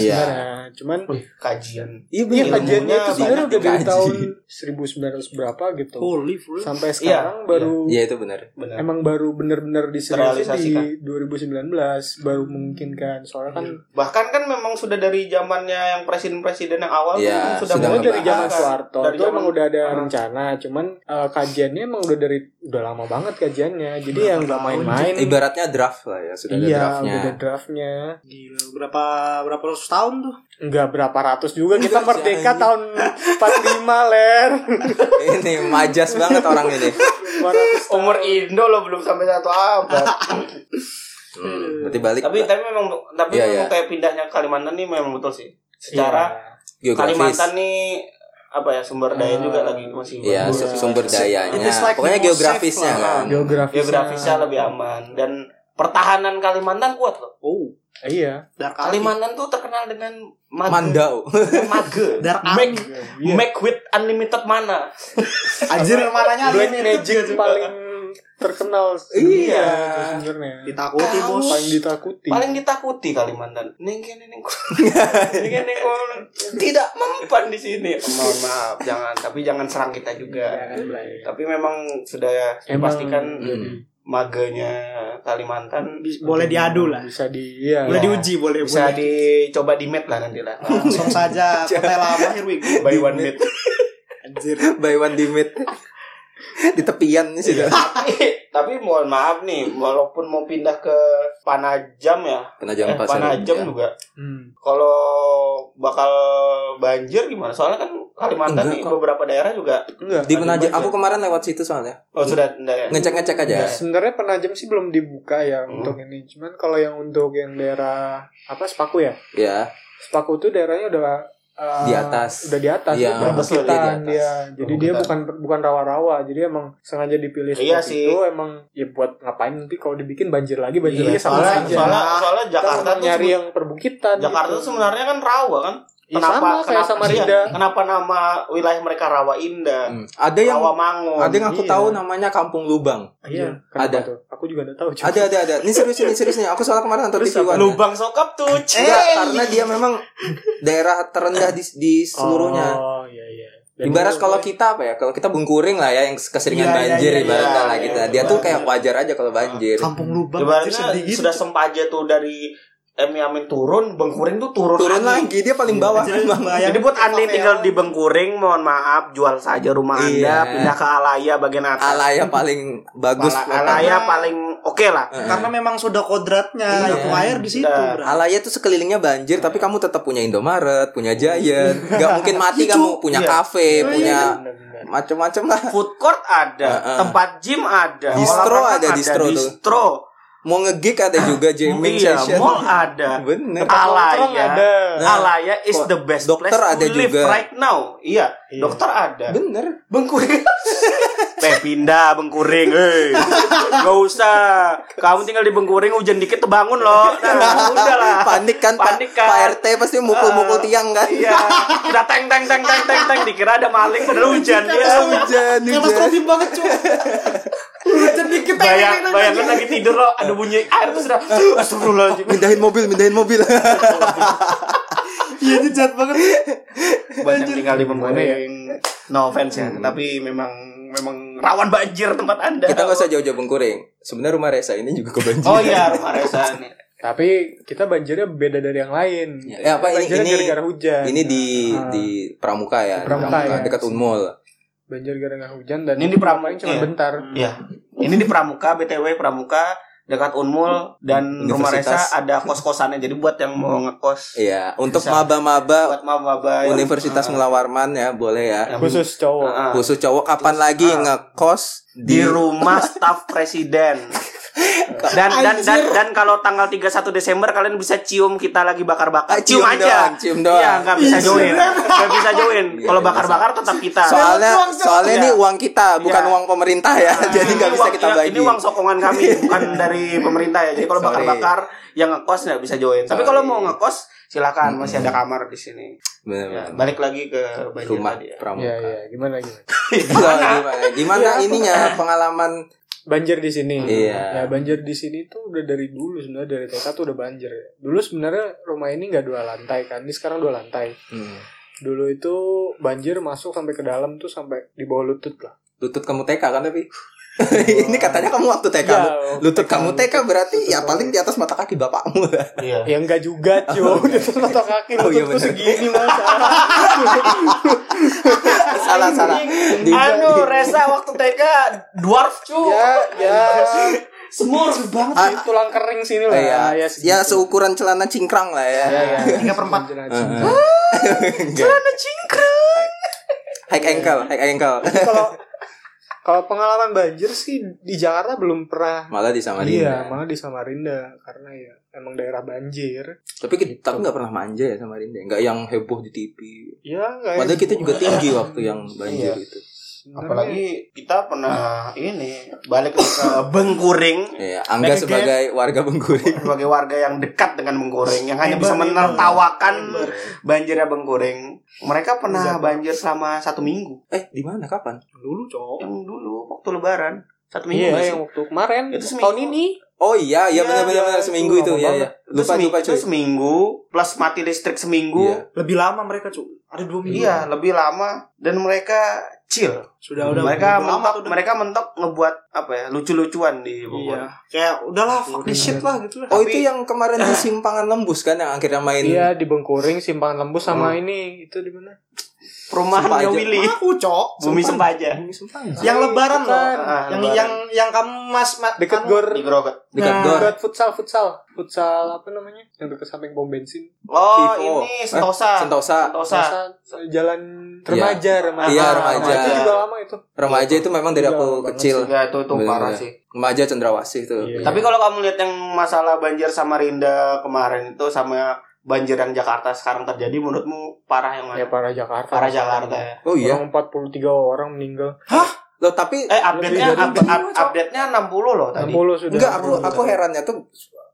Iya. sebenarnya. Cuman kajian Iya iya ilmunya kajiannya itu sebenarnya banyak udah dari dikaji. tahun 1900 berapa gitu. Holy bro. Sampai sekarang baru Iya itu benar. benar emang baru bener-bener diseriusin Terrealisasikan. di 2019 baru mungkin kan soalnya kan bahkan kan memang sudah dari zamannya yang presiden-presiden yang awal tuh Iya, memang sudah sudah mulai Sebenarnya dari zaman ngebahas. Soeharto Dari itu zaman- emang udah ada Ah. rencana, cuman eh, kajiannya emang udah dari udah lama banget kajiannya. Jadi yang nggak tahun, main-main. Ibaratnya draft lah ya, sudah ada iya, draftnya. udah ada draftnya. Gila, berapa berapa ratus tahun tuh? Enggak berapa ratus juga kita Iya, merdeka anjing. tahun 45 ler. ini majas banget orang ini. 500 tahun. umur Indo loh belum sampai satu abad Hmm, berarti balik tapi lah. tapi memang tapi Iya, memang iya. kayak pindahnya ke Kalimantan nih memang betul sih Iya. secara geografis. Kalimantan nih apa ya sumber daya juga Ah, lagi masih Iya, bagus. su- sumber dayanya. It's like more Pokoknya safe geografisnya lah. kan. geografisnya, geografisnya lebih aman dan pertahanan Kalimantan kuat loh Oh, Iya. dark Kalimantan. Kalimantan tuh terkenal dengan mage Mandau. mage Dark make Iya. make with unlimited mana Anjir mananya Black aneh. Magic paling terkenal Iya. itu sebenarnya. ditakuti, Bos. Paling ditakuti. paling ditakuti Kalimantan neng kene neng kono. Neng kene neng kono. tidak mempan di sini mohon maaf jangan tapi jangan serang kita juga Iya, Blay. tapi memang sudah Emang- iya. dipastikan Hmm. magenya Kalimantan Bis- Boleh diadu lah. Bisa di iya. Boleh diuji, boleh. bisa boleh. dicoba di map lah nanti lah langsung saja kota lama here we go. by one map Anjir. By one limit. Di tepian sih. dah. Iya. tapi mohon maaf nih walaupun mau pindah ke Panajam ya Penajam eh, pasar. Panajam ya. juga Hmm. kalau bakal banjir gimana soalnya kan Kalimantan Enggak nih, kok. beberapa daerah juga Enggak. Di Penajam. Penajam. Aku kemarin lewat situ soalnya. oh sudah enggak ya Ngecek-ngecek aja. Iya. Sebenarnya penajam sih belum dibuka ya Hmm. untuk ini. Cuman kalau yang untuk yang daerah apa Sepaku ya? Ya. Sepaku itu daerahnya udah eh, Di atas. Udah di atas. Iya, udah betul, dia di perbukitan atas. dia. Jadi dia Perbukitan. bukan bukan rawa-rawa. Jadi emang sengaja dipilih Iya spot sih. itu emang ya buat ngapain nanti kalau dibikin banjir lagi banjir Iya, lagi sama soalnya aja. soalnya, soalnya Kita Jakarta emang tuh nyari sebe- yang perbukitan. Jakarta gitu. tuh sebenarnya kan rawa kan Ya, sama kayak Samarinda. iya, kenapa nama wilayah mereka rawa indah Hmm. Ada yang rawa mangun ada yang aku Iya. tahu namanya Kampung Lubang. Iya, Ada. ada. Tuh? Aku juga enggak tahu. cuy. Ada ada ada. Ini serius ini serius nih. Aku soalnya kemarin nonton di Terus One. apa? ya. lubang sokap tuh c- Enggak, karena dia memang daerah terendah di, di seluruhnya. Oh, iya iya. Dan Ibarat itu- kalau kita apa ya? Kalau kita Bengkuring lah ya yang keseringan Iya, iya, banjir iya, ibaratnya iya, lah iya, kita. iya, dia tuh iya. kayak wajar aja kalau banjir. Kampung lubang anjir Ibaratnya sedih gitu. sudah sempaja tuh dari Emi Amin turun, Bengkuring tuh turun, Turun lagi. lagi dia paling bawah. Anjir, bayangin Jadi buat anda yang favela. tinggal di Bengkuring, mohon maaf, jual saja rumah Iya. anda, pindah ke Alaya bagian atas. Alaya paling bagus. Eh, Ala- Alaya paling oke lah. karena memang sudah kodratnya Iya. itu air di situ. Sudah. bro. Alaya tuh sekelilingnya banjir tapi kamu tetap punya Indomaret, punya Giant. Gak mungkin mati kamu punya Iya. kafe, punya Benar-benar. macem-macem lah. Food court ada, Heeh. tempat gym ada, eh. Distro olahraga ada, distro tuh. distro. mau nge-gig ada juga jamming iya, session. mall ada. Bener. Tempat Alaya. nongkrong ada. Nah, Alaya is kok the best dokter place ada to live juga. right now. Iya, Iya. dokter ada. Bener. Bengkuring. Teh pindah Bengkuring, eh. Gak usah. Kamu tinggal di Bengkuring hujan dikit terbangun loh. Nah, udah lah. Panik kan, Pak- Panik kan. Pak RT pasti mukul-mukul Eh, tiang kan. Iya. Udah teng teng teng teng teng teng dikira ada maling padahal hujan Iya. Ah, dia. Hujan, hujan. Katastrofi banget cuy. Hujan dikit Bayang, bayangin lagi tidur loh, ada bunyi air terus udah astagfirullahaladzim. Mindahin mobil, mindahin mobil. Iya ini jahat banget. banyak tinggal di Bengkuring. No offense ya, tapi memang memang rawan banjir tempat Anda. Kita nggak usah jauh-jauh bengkuring. Sebenarnya rumah Resa ini juga kebanjiran. Oh iya, rumah Reza nih. Tapi kita banjirnya beda dari yang lain. Ya, apa ini banjirnya ini gara-gara hujan. Iya. ini di Ah. di Pramuka ya, Di Pramuka, ya. dekat Unmul. banjir gara-gara hujan dan Ini di Pramuka, paling cuma iya. bentar. Iya. Ini di Pramuka, BTW Pramuka dekat Unmul dan rumah Reza Universitas. ada kos-kosannya. Jadi buat yang mau ngekos Iya, untuk Bisa. Iya. Ah. maba-maba buat maba Universitas Mulawarman ya, boleh ya. Iya. Khusus cowok. Khusus cowok kapan lagi ngekos Ah. di rumah staf presiden. Dan dan dan dan kalau tanggal 31 Desember kalian bisa cium kita lagi Ah, bakar-bakar. Cium, cium aja. doang, cium doang. Iya, nggak bisa join. Nggak bisa join. Iya, Kalau iya, bakar-bakar tetap kita. Soalnya uang siapa? soalnya ini Iya. uang kita, bukan Iya. uang pemerintah ya. Jadi nggak Ini bisa uang- kita ini- bagi. Ini uang sokongan kami, bukan dari pemerintah ya. Jadi kalau Sorry. bakar-bakar yang ngekos nggak bisa join. Tapi Sorry. kalau mau ngekos silakan masih ada kamar di sini. Bener, Ya, bener. balik lagi ke banjir Hmm. rumah tadi ya. Pramuka. Iya, iya, gimana gimana. Gimana, Iya, gimana ininya pengalaman Banjir di sini. Iya. Ya, banjir di sini tuh udah dari dulu sebenarnya dari TK tuh udah banjir ya. Dulu sebenarnya rumah ini nggak dua lantai kan, ini sekarang dua lantai. Hmm. Dulu itu banjir masuk sampai ke dalam tuh sampai di bawah lutut lah. lutut kamu TK kan tapi ini katanya kamu waktu TK. Iya, Ya, lutut waktu kamu TK berarti ya paling di atas mata kaki bapakmu. Iya. Ya enggak juga, cuy. Lutut atau kaki iya. Oh, iya, lututku bener. segini masa. salah salah. Di- Anu, Reza waktu TK dwarf cu. ya, ya. Semur banget. Ah, Di tulang kering sini lah. ya, ya, ya, segitu. seukuran celana cingkrang lah ya. Ya, ya. Tiga per empat. Jenazah. Celana cingkrang. High ankle, high ankle. kalau kalau pengalaman banjir sih di Jakarta belum pernah Malah di iya Samarinda. malah di Samarinda karena ya emang daerah banjir Tapi kita tapi nggak pernah manja ya Samarinda. Nggak yang heboh di TV. ya nggak Padahal kita juga tinggi waktu yang banjir itu. Sebenarnya- Apalagi kita pernah ini balik ke Bengkuring Iya, Angga Like a sebagai warga Bengkuring. sebagai warga yang dekat dengan Bengkuring yang hanya bisa menertawakan banjirnya Bengkuring. Mereka pernah banjir selama satu minggu Eh, di mana kapan? Dulu cowok. yang dulu waktu Lebaran satu minggu iya nggak sih? yang waktu kemarin Itu seminggu. tahun ini Oh iya, iya Iya, benar benar iya, benar, itu seminggu itu. lama Iya, iya. itu, Lupa semi- lupa itu cuy. seminggu plus mati listrik seminggu. Iya. Lebih lama mereka cuy. Ada dua minggu. Iya, lebih lama dan mereka chill. Sudah udah. mereka udah lama mentok, tuh, udah. mereka mentok ngebuat apa ya lucu-lucuan di Iya. Bogor. Kayak udahlah fuck this shit lah gitu lah. Oh Tapi- itu yang kemarin di simpangan lembus kan yang akhirnya main Hmm. iya di Bengkuring Simpang Lembus sama ini itu di mana Perumahannya Sempaja. Willy, Aku cok. Bumi Sempaja, Bumi Sempangan. Yang Iya. lebaran loh. Bukan. Ah, Yang lebaran. yang yang kamu mas mas deket kamu- gor di Grogot. Dekat Nah. gor. buat futsal futsal futsal apa namanya yang deket samping pom bensin Oh, Vivo. ini Sentosa. Sentosa. Sentosa. Masa eh, jalan remaja remaja Iya, Ah, remaja. Itu juga lama itu Remaja itu memang dari Iya, aku banget kecil. Ya, itu itu Bener, parah bener. sih. Remaja cendrawasih tuh. Iya. Tapi kalau kamu lihat yang masalah banjir Samarinda kemarin itu sama banjir yang Jakarta sekarang terjadi menurutmu parah yang mana? ya parah Jakarta Parah Jakarta ya. Oh iya. Orang 43 orang meninggal Loh tapi Eh update-nya Lebih dari up- up- update-nya 60 loh tadi. 60 sudah. enggak aku aku herannya tuh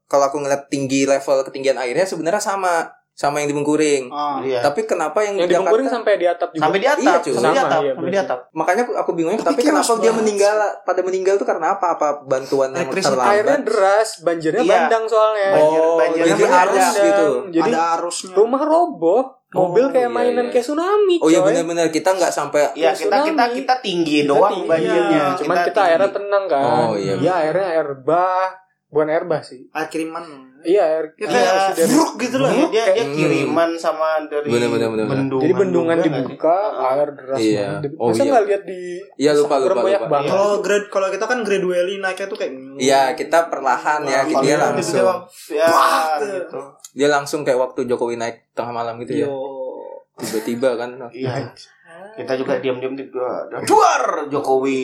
kalau aku ngeliat tinggi level ketinggian airnya sebenarnya sama sama yang di Bengkuring. Ah. Iya. Tapi kenapa yang, Yang di di Bengkuring Jakarta? sampai di atap juga. Sampai di Iya, atap, cuy. sampai di Sama, atap, iya, sampai bener. di atap. Makanya aku aku bingungnya Tapi tapi kenapa kilas dia banget. meninggal pada meninggal tuh karena apa? Apa bantuan yang Elektrisnya terlambat? Airnya deras, banjirnya Iya. bandang soalnya. Banjir- Oh, banjir jadi yang arus bandang. gitu. Iya, Jadi ada arusnya. rumah roboh, mobil Oh, kayak iya, mainan iya. kayak tsunami. Oh iya coy. benar-benar kita nggak sampai Iya, Terus kita kita tsunami. kita tinggi Kita doang tinggi. banjirnya. Iya, Cuman kita, airnya tenang Oh, kan. iya. airnya air bah, bukan air bah sih. Air kiriman. Iya, air. Ya, Iya. kayak Iya, dari- bruk gitu lah. Iya, dia dia Hmm. kiriman sama dari Bener, bener, bener, bener. bendungan. Jadi bendungan juga kan. Iya, nggak dibuka, sih? air deras Iya. banget. Oh, Masa iya. nggak lihat di Iya, lupa, Instagram lupa, banyak lupa. banget. Iya. Kalau grade kalau kita kan gradually naiknya tuh kayak Iya, kita perlahan ya, Iya, Kalau dia itu langsung jawab, Ya, Wah, gitu. ya. Iya. dia langsung kayak waktu Jokowi naik tengah malam gitu ya. Yo. Tiba-tiba kan. Iya. Kita juga diam-diam di Duar Jokowi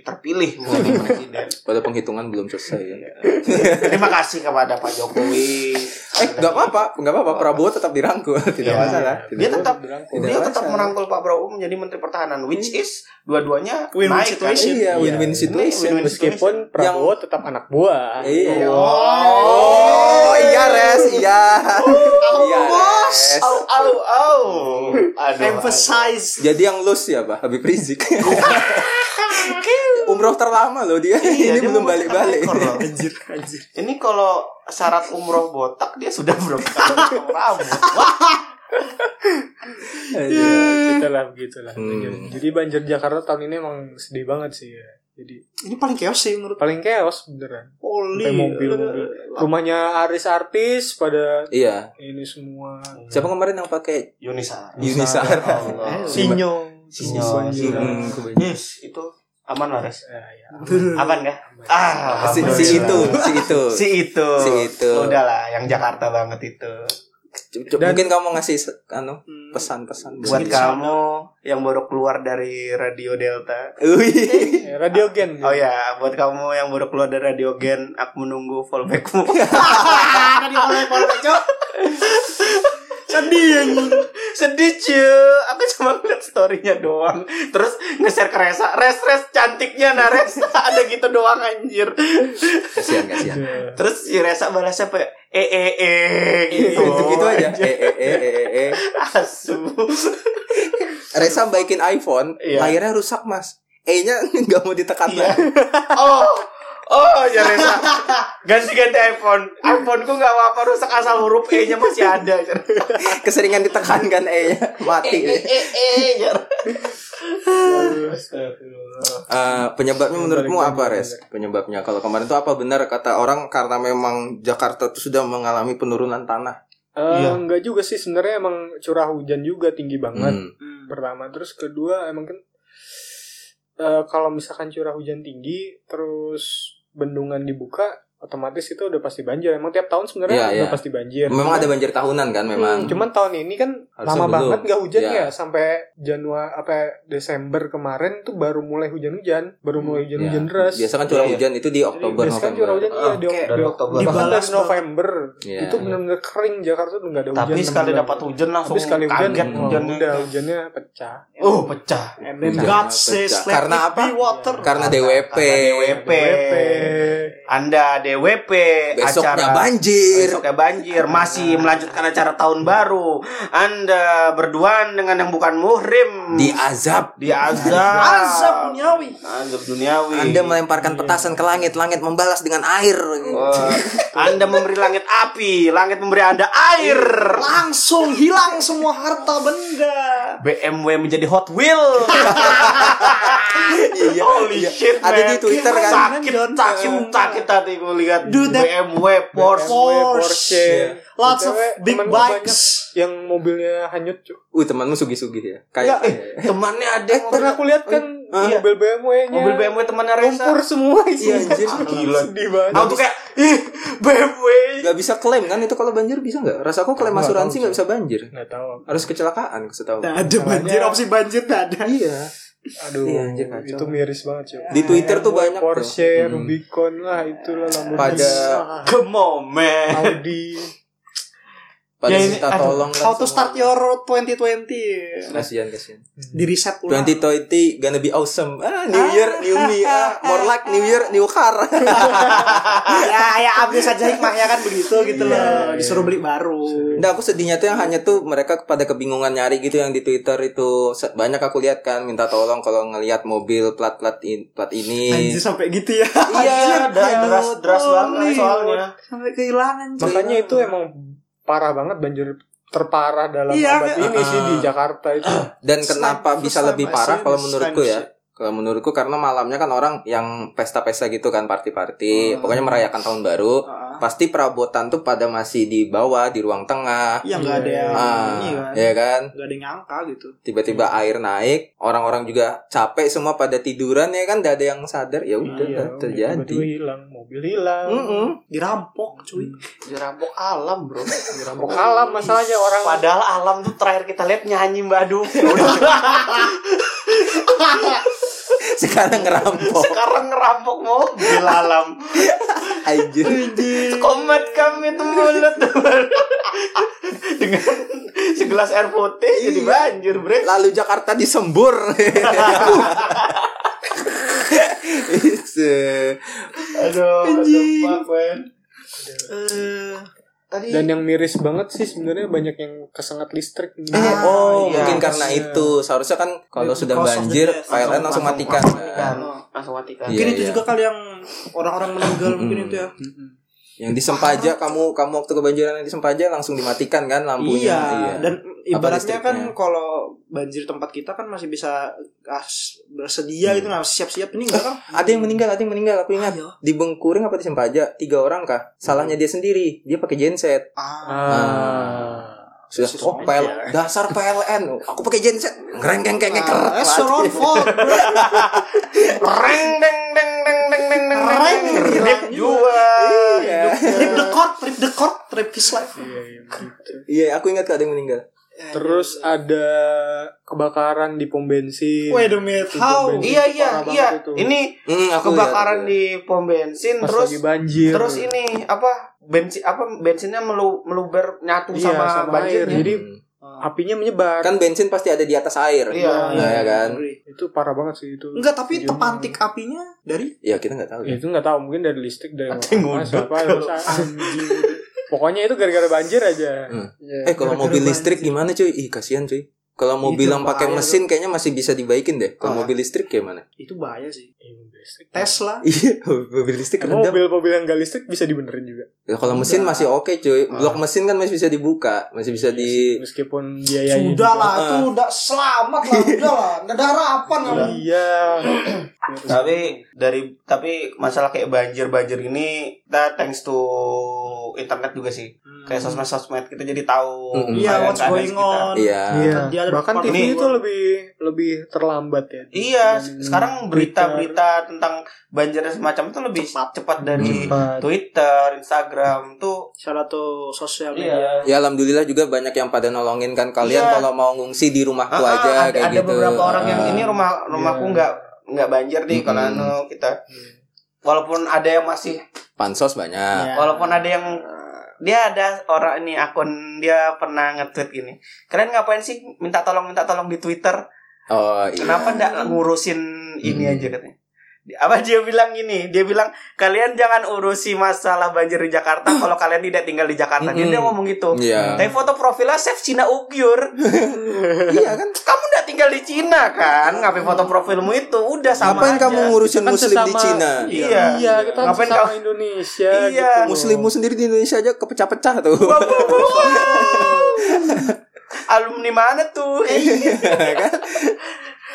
terpilih menjadi presiden. Pada penghitungan belum selesai. ya. Iya. Terima kasih kepada Pak Jokowi. Eh, nggak apa-apa, nggak apa-apa. Prabowo tetap dirangkul, tidak Iya. masalah. Dia Tidak- tetap Dirangkul. tidak Hmm. dia tetap masalah. merangkul Pak Prabowo menjadi Menteri Pertahanan, which is dua-duanya Win-win naik Ya situation. Iya, win-win Ini situation. win-win Meskipun situation. Prabowo tetap anak buah. Iya. Oh, Oh, iya res, iya. Iya, Au, bos. Res. Au, au, au. Aduh. Emphasize. Jadi yang lose siapa? Habib Rizik. Umroh terlama loh dia. Iya, Ini dia belum mau mencet balik-balik. rekor loh. Anjir, anjir. Ini kalau syarat umroh botak dia sudah berapa tahun rambut. Wah, Ya, gitu lah, begitu lah. iya. Hmm. Jadi banjir Jakarta tahun ini emang sedih banget sih ya. Jadi Ini paling chaos sih menurut paling chaos beneran. Poli. Sampai mobil-mobil. Rumahnya artis-artis pada Iya. ini semua. Siapa kemarin yang pakai Yunisar. Eh, Oh. Unisar? Ya Allah. Sinyo. Sinyo, Sinyo. eh, Hmm, kebanyakan. Yes, itu aman lah, Res. Ya, ya. Aman nggak? Ah, si, aman. si itu, si itu. Si itu. Si itu. Udah lah, yang Jakarta banget itu. C- c- Dan- Mungkin kamu ngasih se- anu Hmm. pesan-pesan Buat dari- kamu yang baru keluar dari Radio Delta. Wih. Ya, Radiogen. iya. Oh ya, buat kamu yang baru keluar dari Radio Gen, aku menunggu fallbackmu. Ada di oleh Poli, Cok. Sedih anjing. Sedih cuy, aku cuma ngeliat storynya doang. Terus nge-share ke Resa, res res cantiknya nah Res, ada gitu doang anjir. Kasihan, kasihan. Ya. Terus si Resa balas apa? ya? Eh eh eh gitu. E, Gitu, gitu aja. Eh, eh, eh, eh, eh, eh. Asu. Resa baikin iPhone, Iya. layarnya rusak mas. E-nya nggak mau ditekan lagi. Oh. Oh ya Resa Ganti-ganti iPhone iPhone ku gak apa-apa rusak asal huruf E nya masih ada ya Resa. Eh, Keseringan ditekan kan E-nya mati. Eh e, eh ya Resa. Eh, penyebabnya menurutmu Balik-balik apa aja. res? Penyebabnya kalau kemarin itu apa benar kata orang karena memang Jakarta itu sudah mengalami penurunan tanah. Eh, Iya. Enggak juga sih sebenarnya emang curah hujan juga tinggi banget Hmm. pertama terus kedua emang kan eh, kalau misalkan curah hujan tinggi terus bendungan dibuka otomatis itu udah pasti banjir emang tiap tahun sebenarnya Iya, udah iya. pasti banjir Memang ada banjir tahunan kan memang. Hmm, cuman tahun ini kan Harusnya lama belum. banget nggak hujan Iya. ya sampai Januari apa Desember kemarin tuh baru mulai hujan-hujan baru mulai Ya. hujan-hujan deras Biasa kan curah Iya, iya. hujan itu di Jadi Oktober biasa kan curah hujan November. iya, di, Oke. di, Dari Ah, Oktober. bahkan Dibalas dari banget. November Iya. itu benar-benar kering Jakarta tuh nggak ada hujan Tapi enam sekali bulan. dapat hujan langsung Tapi sekali hujan kaget wah, hujannya. udah hujannya pecah. Oh pecah And then Pecah, God pecah. says, let Iya, Karena it apa? be water. Karena DWP. DWP. Anda DWP Besoknya acara banjir. Besoknya banjir masih melanjutkan acara tahun baru. Anda berduaan dengan yang bukan muhrim Diazab. di azab Azab nyawi. azab duniawi. Anda melemparkan petasan ke langit, langit membalas dengan air. Wah, Eh, anda memberi langit api, langit memberi Anda air. Langsung hilang semua harta benda. BMW menjadi Hot Wheel. Iya, Holy iya. shit, Ada man. di Twitter kan. Sakit, sakit, sakit tadi gue lihat eh, Do that. BMW, Porsche. BMW, Porsche. Iya. Lots of Btw, big temen bikes. gua banyak yang mobilnya hanyut Oh, cuy. Uh, temanmu sugih-sugih ya. Kayak eh, Temannya ada yang Pernah aku lihat kan Hah? mobil BMW-nya. iya. mobil BMW temannya Reza. lumpur semua Iya, isinya. anjir. Gila. Sedih banget. Aku tuh kayak ih BMW. nggak bisa klaim kan itu kalau banjir bisa nggak? Rasaku klaim Nggak asuransi tahu, nggak bisa banjir. Nggak tahu. Harus kecelakaan, setahu. Nggak ada banjir, opsi banjir nggak ada. Iya. Aduh, Iya, anjir, kacau. itu miris banget cuy. Di Twitter tuh BMW, banyak tuh. Porsche, Hmm. Rubicon lah, itulah Pada Lamborghini, Gemo man. Audi. pada Ya, ini- minta aduh, tolong lah How to semua. start your road 2020. Kasihan, kasihan. Di reset ulang. 2020 gonna be awesome. Ah, new year, new me. Ah, more like new year, new car. ya, ya ambil saja hikmahnya kan begitu gitu Iya, loh. iya. Disuruh beli baru. Nggak, aku sedihnya tuh yang hanya tuh mereka pada kebingungan nyari gitu yang di Twitter itu Se- banyak aku lihat kan minta tolong kalau ngelihat mobil plat-plat in- plat ini. Anjir sampai gitu ya. Iya, Anjir, deras deras deras holy. banget soalnya. Sampai kehilangan. cuy. Makanya itu emang parah banget banjir terparah dalam Iya, abad kan? ini sih di Jakarta itu. Dan Slime, kenapa bisa slime, lebih I parah say kalau the menurutku slime ya? Kalau menurutku karena malamnya kan orang yang pesta-pesta gitu kan party-party, Hmm. pokoknya merayakan tahun baru. Ah. pasti perabotan tuh pada masih di bawah di ruang tengah Iya nggak ada yang ah, ini kan. ya kan Nggak ada yang nyangka gitu. tiba-tiba air naik orang-orang juga capek semua pada tiduran ya kan gak ada yang sadar ya udah Iya, tiba-tiba terjadi hilang mobil hilang Mm-mm. Dirampok cuy. Dirampok alam bro Dirampok alam masalahnya orang Padahal alam tuh terakhir kita lihat nyanyi Mbak Dufi sekarang ngerampok Sekarang ngerampok mobil alam anjir Sekomat kami tuh mulut Dengan segelas air putih jadi Iya. banjir bre lalu Jakarta disembur Iya. Itu. Aduh, ya? aduh Anjing. fuck, man. Eh, Tadi dan yang miris banget sih sebenarnya banyak yang kesengat listrik Ah, oh iya. mungkin karena Iya. itu seharusnya kan kalau Iya, sudah kosong banjir gitu ya, PLN langsung- langsung matikan Iya. Nah, matikan. Langsung matikan Iya, mungkin itu iya. juga kali yang orang-orang meninggal mungkin Mm-mm. itu ya. yang di Sempaja kamu kamu waktu kebanjiran yang di Sempaja langsung dimatikan kan lampunya Iya, dan ibaratnya kan listriknya. kalau banjir tempat kita kan masih bisa as- bersedia Hmm. gitu nah siap-siap ini Iya. enggak kan? ada yang meninggal ada yang meninggal aku ingat Ayo. di Bengkuring apa di Sempaja tiga orang kah salahnya dia sendiri dia pakai genset Ah. ah. sudah Sus- oh, PL- dasar PLN aku pakai genset ngereng keng keng keng Ah, it's your own fault. Reng deng deng deng deng deng deng Reng, deng hilang Rip juga Iya. Rip the court, rip the court, rip his life. Iya, iya, gitu. iya aku ingat kok ada yang meninggal Eh, Terus ada kebakaran di pom bensin. Wait a minute, Itu how? bensin. Iya iya Parah iya banget itu. Ini Hmm, aku kebakaran lihat. di pom bensin Pas Terus lagi banjir. terus ini apa bensin apa bensinnya melu, meluber nyatu Iya, sama, sama banjirnya. air. Jadi- Hmm. apinya menyebar. kan bensin pasti ada di atas air Iya. Nah, ya kan? Itu parah banget sih itu. Enggak, tapi Jujur. tepantik apinya dari ya kita nggak tahu Iya. Ya, ya. itu nggak tahu mungkin dari listrik Ada dari mana, yang ngundut. siapa yang rusak. Anjing. gitu. Pokoknya itu gara-gara banjir aja. Hmm. Iya. eh kalau mobil listrik gimana cuy ih kasihan cuy kalau mobil Itu yang pakai bahaya mesin kayaknya masih bisa dibaikin deh Ah. kalau mobil listrik gimana itu bahaya sih. Eh, mobil listrik. Tesla. iya mobil listrik Eh, rendam Mobil-mobil yang nggak listrik bisa dibenerin juga. Ya, kalau mesin Enggak. masih oke Ah. cuy. Blok mesin kan masih bisa dibuka, masih bisa Iya di sih, meskipun biayanya Sudah juga- lah, itu udah selamat lah, udah lah. Nggak ada harapan lah. Iya. tapi dari tapi masalah kayak banjir banjir ini kita thanks to internet juga sih Hmm. kayak sosmed sosmed kita jadi tahu keadaan- Mm-mm. Hmm. Iya, what's keadaan going sekitar. on? Iya. Iya. Dia ada Bahkan depan TV ini. itu lebih lebih terlambat ya. iya Hmm. Dan sekarang Twitter. berita-berita tentang banjir dan semacam itu lebih cepat, dari Hmm. Cepat. Twitter Instagram tuh Salah tuh sosial media. iya Ya alhamdulillah juga banyak yang pada nolongin kan kalian Iya. kalau mau ngungsi di rumahku Ah, ah, aja ada, kayak ada gitu. beberapa orang yang Ah. Hmm. ini rumah rumahku Iya. nggak nggak banjir nih kalau Mm-mm. anu kita Hmm. walaupun ada yang masih pansos Iya. banyak. Walaupun ada yang dia ada orang ini akun dia pernah nge-tweet gini. Kalian ngapain sih minta tolong minta tolong di Twitter? Oh iya. Kenapa ndak ngurusin ini Hmm. aja katanya? Di- Apa dia bilang gini? Dia bilang kalian jangan urusi masalah banjir di Jakarta kalau kalian tidak tinggal di Jakarta. Jadi dia Mm-mm. ngomong gitu. Iya. Tapi foto profilnya Chef Cina Ugyur. iya kan? Kamu ndak tinggal di Cina kan? Ngapain foto profilmu itu? Udah sama Ngapain aja. kamu ngurusin Kan muslim di sesama- Cina? Iya. Iya, kita harus Ngapain sama kau- Indonesia Iya, gitu. loh. Muslimmu sendiri di Indonesia aja kepecah-pecah tuh. Wow, wow, wow, wow. Alumni mana tuh?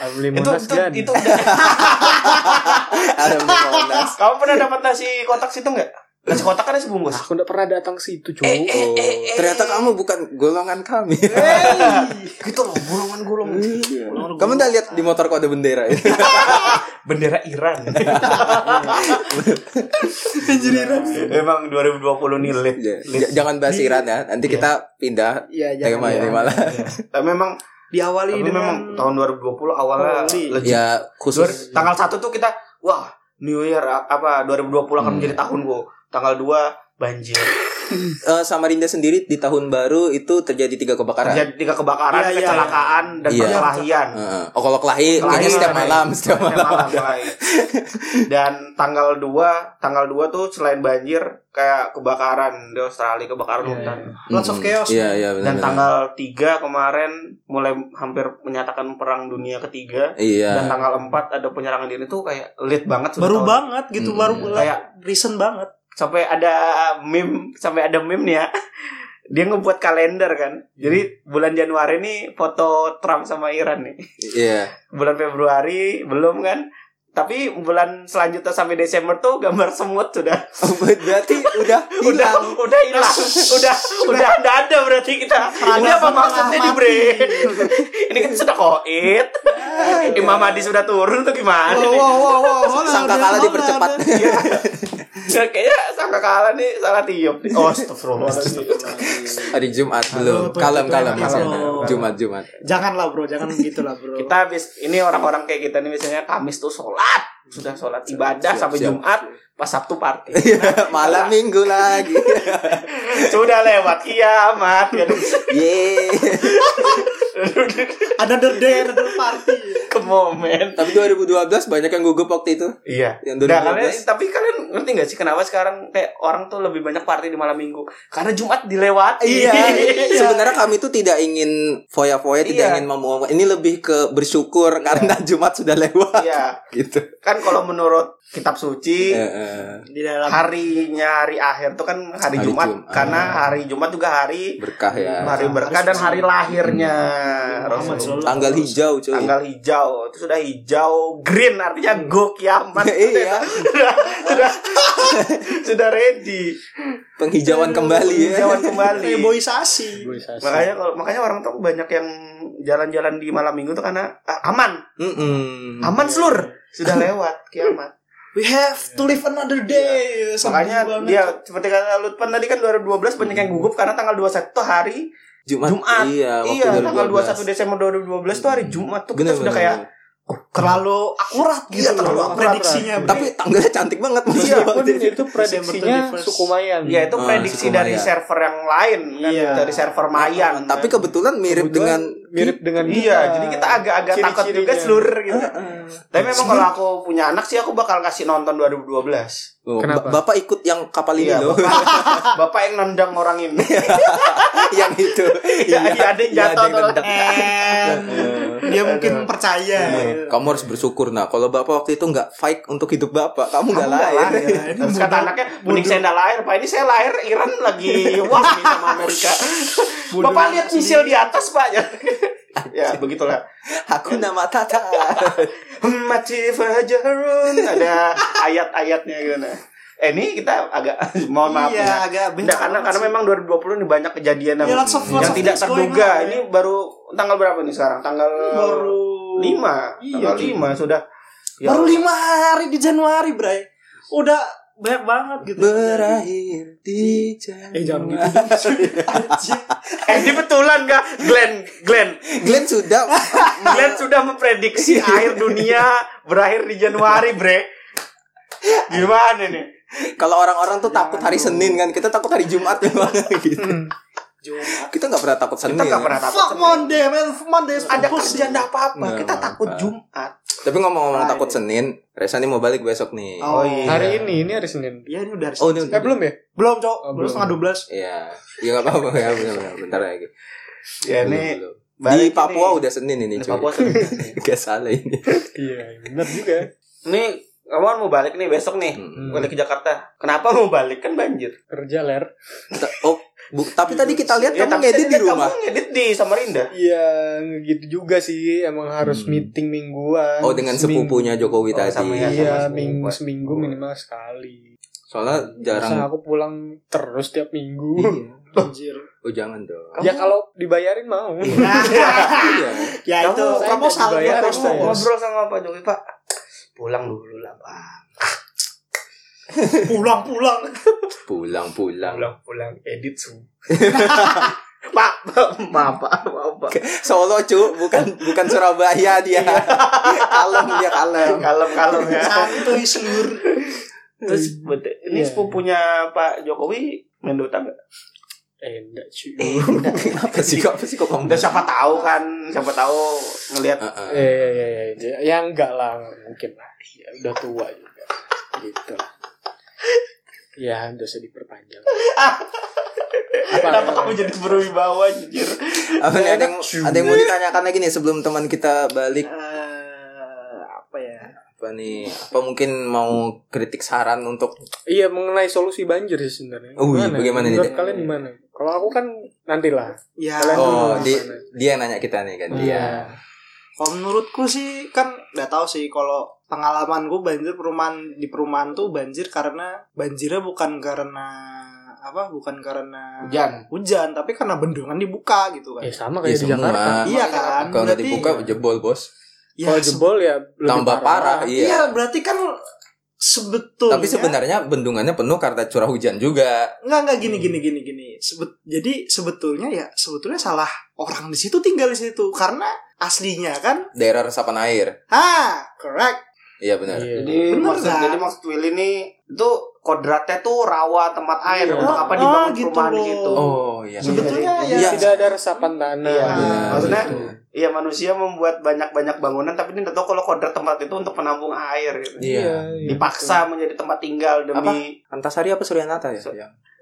Abli itu Monas itu, dan- itu udah Alhamdulillah. Monas. Kamu pernah dapat nasi kotak situ nggak? Nasi kotak kan nasi bungkus. Aku nggak pernah Eh, datang situ, Iya, cuy. Oh, ternyata kamu bukan golongan kami. Eh, gitu loh, golongan-golongan kamu udah lihat di motorku ada bendera ya? bendera Iran. Anjir Iran. Emang 2020 nih lit. J- j- Jangan bahas Iran ya. Nanti Iya. kita pindah Iya, tema jangan. ini malah. Tapi memang Diawali tapi dengan memang tahun 2020 awalnya Holy. legit. Ya Dua- khusus Tanggal 1 tuh kita wah, New Year a- apa 2020 akan Hmm. menjadi tahun gua. Tanggal 2 banjir. Eh, Samarinda sendiri di tahun baru itu terjadi tiga kebakaran. Terjadi tiga kebakaran, Iya, iya, kecelakaan dan Iya. perkelahian. Heeh. oh kalau kelahi Kelahi, kayaknya setiap kelahi. malam, setiap malam. Malam, mulai. Dan tanggal 2 Tanggal 2 tuh selain banjir Kayak kebakaran Di Australia kebakaran Iya, hutan Lots of Mm-mm. chaos. Iya, iya benar. Dan benar. tanggal 3 kemarin Mulai hampir menyatakan perang dunia ketiga Iya. Dan tanggal 4 ada penyerangan diri tuh Kayak lead banget sudah baru tahun. banget gitu, Hmm. baru Kayak recent banget. sampai ada meme Sampai ada meme nih ya dia ngebuat kalender kan. Jadi bulan Januari nih foto Trump sama Iran nih. Iya. Bulan Februari belum kan. Tapi bulan selanjutnya sampai Desember tuh gambar semut sudah Oh, berarti udah udah hilang udah hilang udah udah nggak ada berarti kita ini apa maksudnya nih bre ini kan sudah koit Imam Hadi sudah turun tuh gimana Wow, nih wow, wow, wow, hola, sangka ada kalah hola, dipercepat ada. Ya, kayaknya sangka kalah nih salah tiup nih oh astagfirullah hari Jumat belum Halo, kalem Pak. kalem Mas Halo. Yana. Jumat Jumat Janganlah bro, jangan begitulah bro. kita habis ini orang-orang kayak kita nih biasanya Kamis tuh sholat sudah sholat ibadah Siap, sampai siap. Jumat pas Sabtu party malam minggu lagi sudah lewat kiamat Yeay. ada the day, ada the party. ke momen tapi 2012 banyak yang gugup waktu itu iya yang Nah, kalian, 2012 tapi kalian ngerti gak sih kenapa sekarang kayak orang tuh lebih banyak party di malam minggu? Karena Jumat dilewati. Iya, sebenarnya kami tuh tidak ingin foya-foya, tidak Iya. ingin memuam. Ini lebih ke bersyukur karena Jumat sudah lewat Iya. gitu. Kan kalau menurut kitab suci Iya. Heeh. Di dalam harinya hari akhir tuh kan hari, Hari Ah. Jumat, Jumat. karena hari Jumat juga hari Berkah ya. hari Harus berkah dan suci. hari lahirnya Iya. Muhammad Rasulullah. Sallallahu Tanggal hijau cuy. Iya. Tanggal hijau itu sudah hijau green artinya go kiamat. iya, sudah, sudah, sudah ready. Iya, penghijauan kembali ya. Hijauan kembali. reboisasi. makanya kalau makanya orang tuh banyak yang jalan-jalan di malam minggu tuh karena ah, aman Mm-mm. aman selur sudah lewat kiamat We have to live another day. Sedih Iya. makanya banget. dia seperti kata Lutfan tadi kan 2012 banyak yang gugup karena tanggal 21 tuh hari Jumat. Jumat. Iya, waktu iya tanggal 21 2012. Desember 2012 tuh hari Jumat tuh Bener, kita sudah bener, kayak bener. oh, keren terlalu akurat gitu. Iya, terlalu loh, akurat. prediksinya. bro. tapi tanggalnya cantik banget menurut Iya, gua. Pun itu prediksinya 21st. suku Mayan. ya itu Ah, prediksi suku dari Maya. server yang lain kan Iya. dari server Mayan kan. Tapi kebetulan mirip dengan Kebetulan mirip dengan iya jadi kita agak-agak takut juga Ciri-cirinya. selur gitu tapi memang kalau aku punya anak sih aku bakal kasih nonton 2012 Oh, ba- Kenapa? Bapak ikut yang kapal ini Iya, loh. Bapak yang nendang orang ini. yang itu. Ya, iya, ada yang jatuh yang nendang. And dia mungkin iya, Aduh. Iya, percaya. Eh, Kamu harus bersyukur nah kalau bapak waktu itu nggak fight untuk hidup bapak kamu Kamu nggak nggak lahir lahir. iya. Ini Iya, Terus kata bodoh. anaknya, mending saya nggak lahir. Pak, ini saya lahir Iran lagi wah nih sama Amerika. Bapak lihat misil di atas, Pak. Ya, ya begitulah. aku nama Tata Mati fajarun. Ada ayat-ayatnya gitu. Nah. Eh, ini kita agak mohon maaf. Iya, ya. agak Nggak, karena, karena memang 2020 ini banyak kejadian yang, Ya, lots of- lots yang of tidak things going terduga. on, ya. Ini baru tanggal berapa nih sekarang? Tanggal baru lima. Iya, tanggal lima sudah. Ya baru Allah. lima hari di Januari, Bray. Udah banyak banget gitu. berakhir di Eh, jangan Januari gitu. Anjing. Eh ini betulan gak? Glenn, Glenn, Eh, Glenn sudah Glenn sudah memprediksi akhir dunia berakhir di Januari, bre. Gimana nih? kalau orang-orang tuh takut hari Senin kan kita takut hari Jumat memang gitu Jumat. kita nggak pernah takut Senin Hmm. Kita gak ya. pernah takut. Fuck Senin. Monday, man. Monday is Ada Nah, bullshit. kerjaan gak apa-apa. Nggak Kita apa-apa. takut Jumat. tapi ngomong-ngomong Friday. takut Senin Resa nih mau balik besok nih Oh, iya. hari ini ini hari Senin. Iya, ini udah hari Oh, Senin. ini Eh belum ya? Belum, Cok. Oh, Belum belum. setengah 12. Iya, ya nggak apa-apa ya, benar benar bentar lagi. Ya Belum, ini belum. di balik Papua nih. udah Senin ini Di cuy. Papua sudah. Gak salah ini. Iya, benar juga. Nih, kawan mau balik nih besok nih. Mm. Balik ke Jakarta. Kenapa mau balik? Kan banjir. Kerja ler. Ta- Oh, bu- tapi tadi kita lihat Ya, kamu tapi tadi ngedit di kan rumah. Kamu ngedit di Samarinda. Iya, gitu juga sih. Emang harus Hmm. meeting mingguan. Oh, dengan Seminggu. sepupunya Jokowi Oh, sama ya, tadi. sama Iya, seminggu. minggu seminggu minimal sekali. Soalnya Masa jarang. aku pulang terus tiap minggu. Iya. Anjir. Oh, jangan dong. ya kalau dibayarin Nah, mau. Iya. ya Kamu- itu saya proposal ya nggak dibayar, Kamu Ustaz. proposal. ngobrol sama Pak Jokowi, Pak. Pulang dulu lah, Pak. Pulang, pulang. Pulang, pulang. Pulang-pulang edit su. Pak, maaf, Pak. Maaf, Pak. Solo cu, bukan bukan Surabaya dia. kalem dia kalem. kalem-kalem ya. Santuy selur. Terus bete- ini Iya. sepupunya Pak Jokowi Mendota nggak? Eh, enggak cuy. Apa sih kok apa sih kok kamu? Udah siapa tahu kan, siapa tahu ngelihat Heeh. Eh, ya, ya, ya, ya, ya enggak lah mungkin lah. Ya, udah tua juga. Gitu. Ya, enggak usah diperpanjang. Apa, kenapa kamu jadi berwibawa anjir. Apa nih, ada yang ada yang mau ditanyakan lagi nih sebelum teman kita balik Eh, apa ya? apa nih? Apa mungkin mau kritik saran untuk Iya, mengenai solusi banjir sih Wih, sebenarnya. Gimana? Oh, iya, ya? bagaimana nih, Menurut Dek? kalian gimana? Kalau aku kan nantilah. Ya. Kalian Oh, dulu di, gimana? Iya. dia yang nanya kita nih kan dia. Kalau menurutku sih kan nggak tahu sih kalau pengalamanku banjir perumahan di perumahan tuh banjir karena banjirnya bukan karena apa bukan karena Hujan. hujan tapi karena bendungan dibuka gitu kan. Ya Ya, sama kayak di semua. Jakarta. Iya kan? Kalau nggak Berarti- dibuka jebol bos. Ya, Kalau se- jebol ya lebih Iya, Tambah parah. iya. Iya. berarti kan sebetulnya Tapi sebenarnya bendungannya penuh karena curah hujan juga. nggak nggak gini Hmm. gini gini gini Sebet, jadi sebetulnya ya sebetulnya salah orang di situ tinggal di situ karena aslinya kan Daerah resapan air. ah correct Iya benar. Iya. Jadi Bener, maksud kan? jadi maksud Willy ini itu kodratnya tuh rawa tempat air Iya. untuk apa Ah, dibangun gitu perumahan loh. di situ. Oh iya. sebetulnya ya, Iya. Tidak ada resapan tanah. Iya. Benar, Maksudnya- gitu. Iya manusia membuat banyak-banyak bangunan tapi dia nggak tahu kalau kodrat tempat itu untuk menampung air gitu. Iya. Dipaksa menjadi tempat tinggal demi Antasari apa Suryanata ya? Su-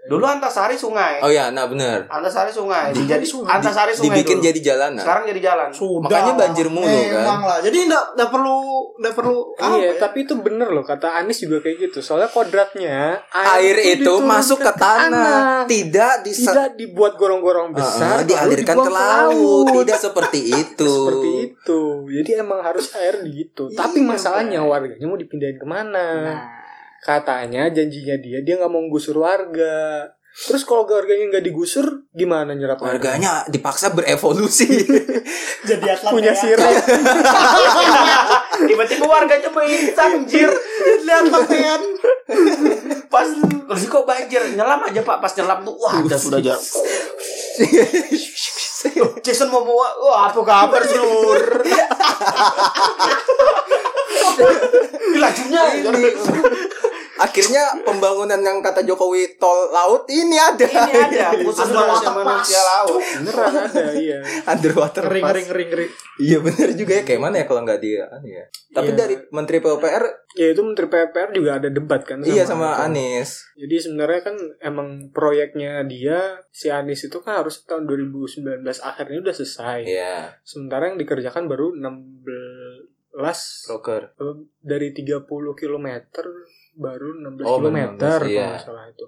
dulu Antasari sungai. Oh iya, nah benar. Antasari sungai. Antasari Jadi sungai. Antasari sungai Dibikin dulu. jadi jalanan. Sekarang jadi jalan. Sudah Makanya lah. banjir mulu, kan? Eh, Emang lah. Jadi enggak enggak perlu enggak perlu apa Iya, ya? tapi itu bener loh kata Anies juga kayak gitu. Soalnya kodratnya air itu diturunkan masuk ke tanah, tidak di Tidak dibuat gorong-gorong besar, lalu dialirkan dibuang ke laut. gitu. Tidak seperti itu. Seperti itu. Jadi emang harus air gitu. Tapi Iya, masalahnya Pak. warganya mau dipindahin kemana? Nah, Katanya janjinya dia dia nggak mau gusur warga. Terus kalau warganya nggak digusur, gimana nyerap air? Warganya dipaksa berevolusi. jadi atlet punya sirup. Tiba-tiba warganya pingsan anjir. Jadi atlet kan. Pas terus kok banjir nyelam aja Pak. Pas nyelam tuh wah udah sudah jalan. Jason mau bawa wah apa kabar seluruh lajunya Ini. Akhirnya pembangunan yang kata Jokowi tol laut ini ada. ini ada khusus Ada manusia water manusia laut Beneran ada iya. Underwater Ring pass. ring ring ring. Iya benar juga ya. Kayak mana ya kalau nggak dia? Ya. Tapi Iya. dari Menteri PUPR Ya itu Menteri PPR juga ada debat kan iya sama Anies. Anies. Jadi sebenarnya kan emang proyeknya dia si Anies itu kan harus tahun 2019 akhirnya udah selesai. Iya, Sementara yang dikerjakan baru 16 broker. dari 30 km baru 16 Oh, km baru 16, kalau iya. nggak salah itu.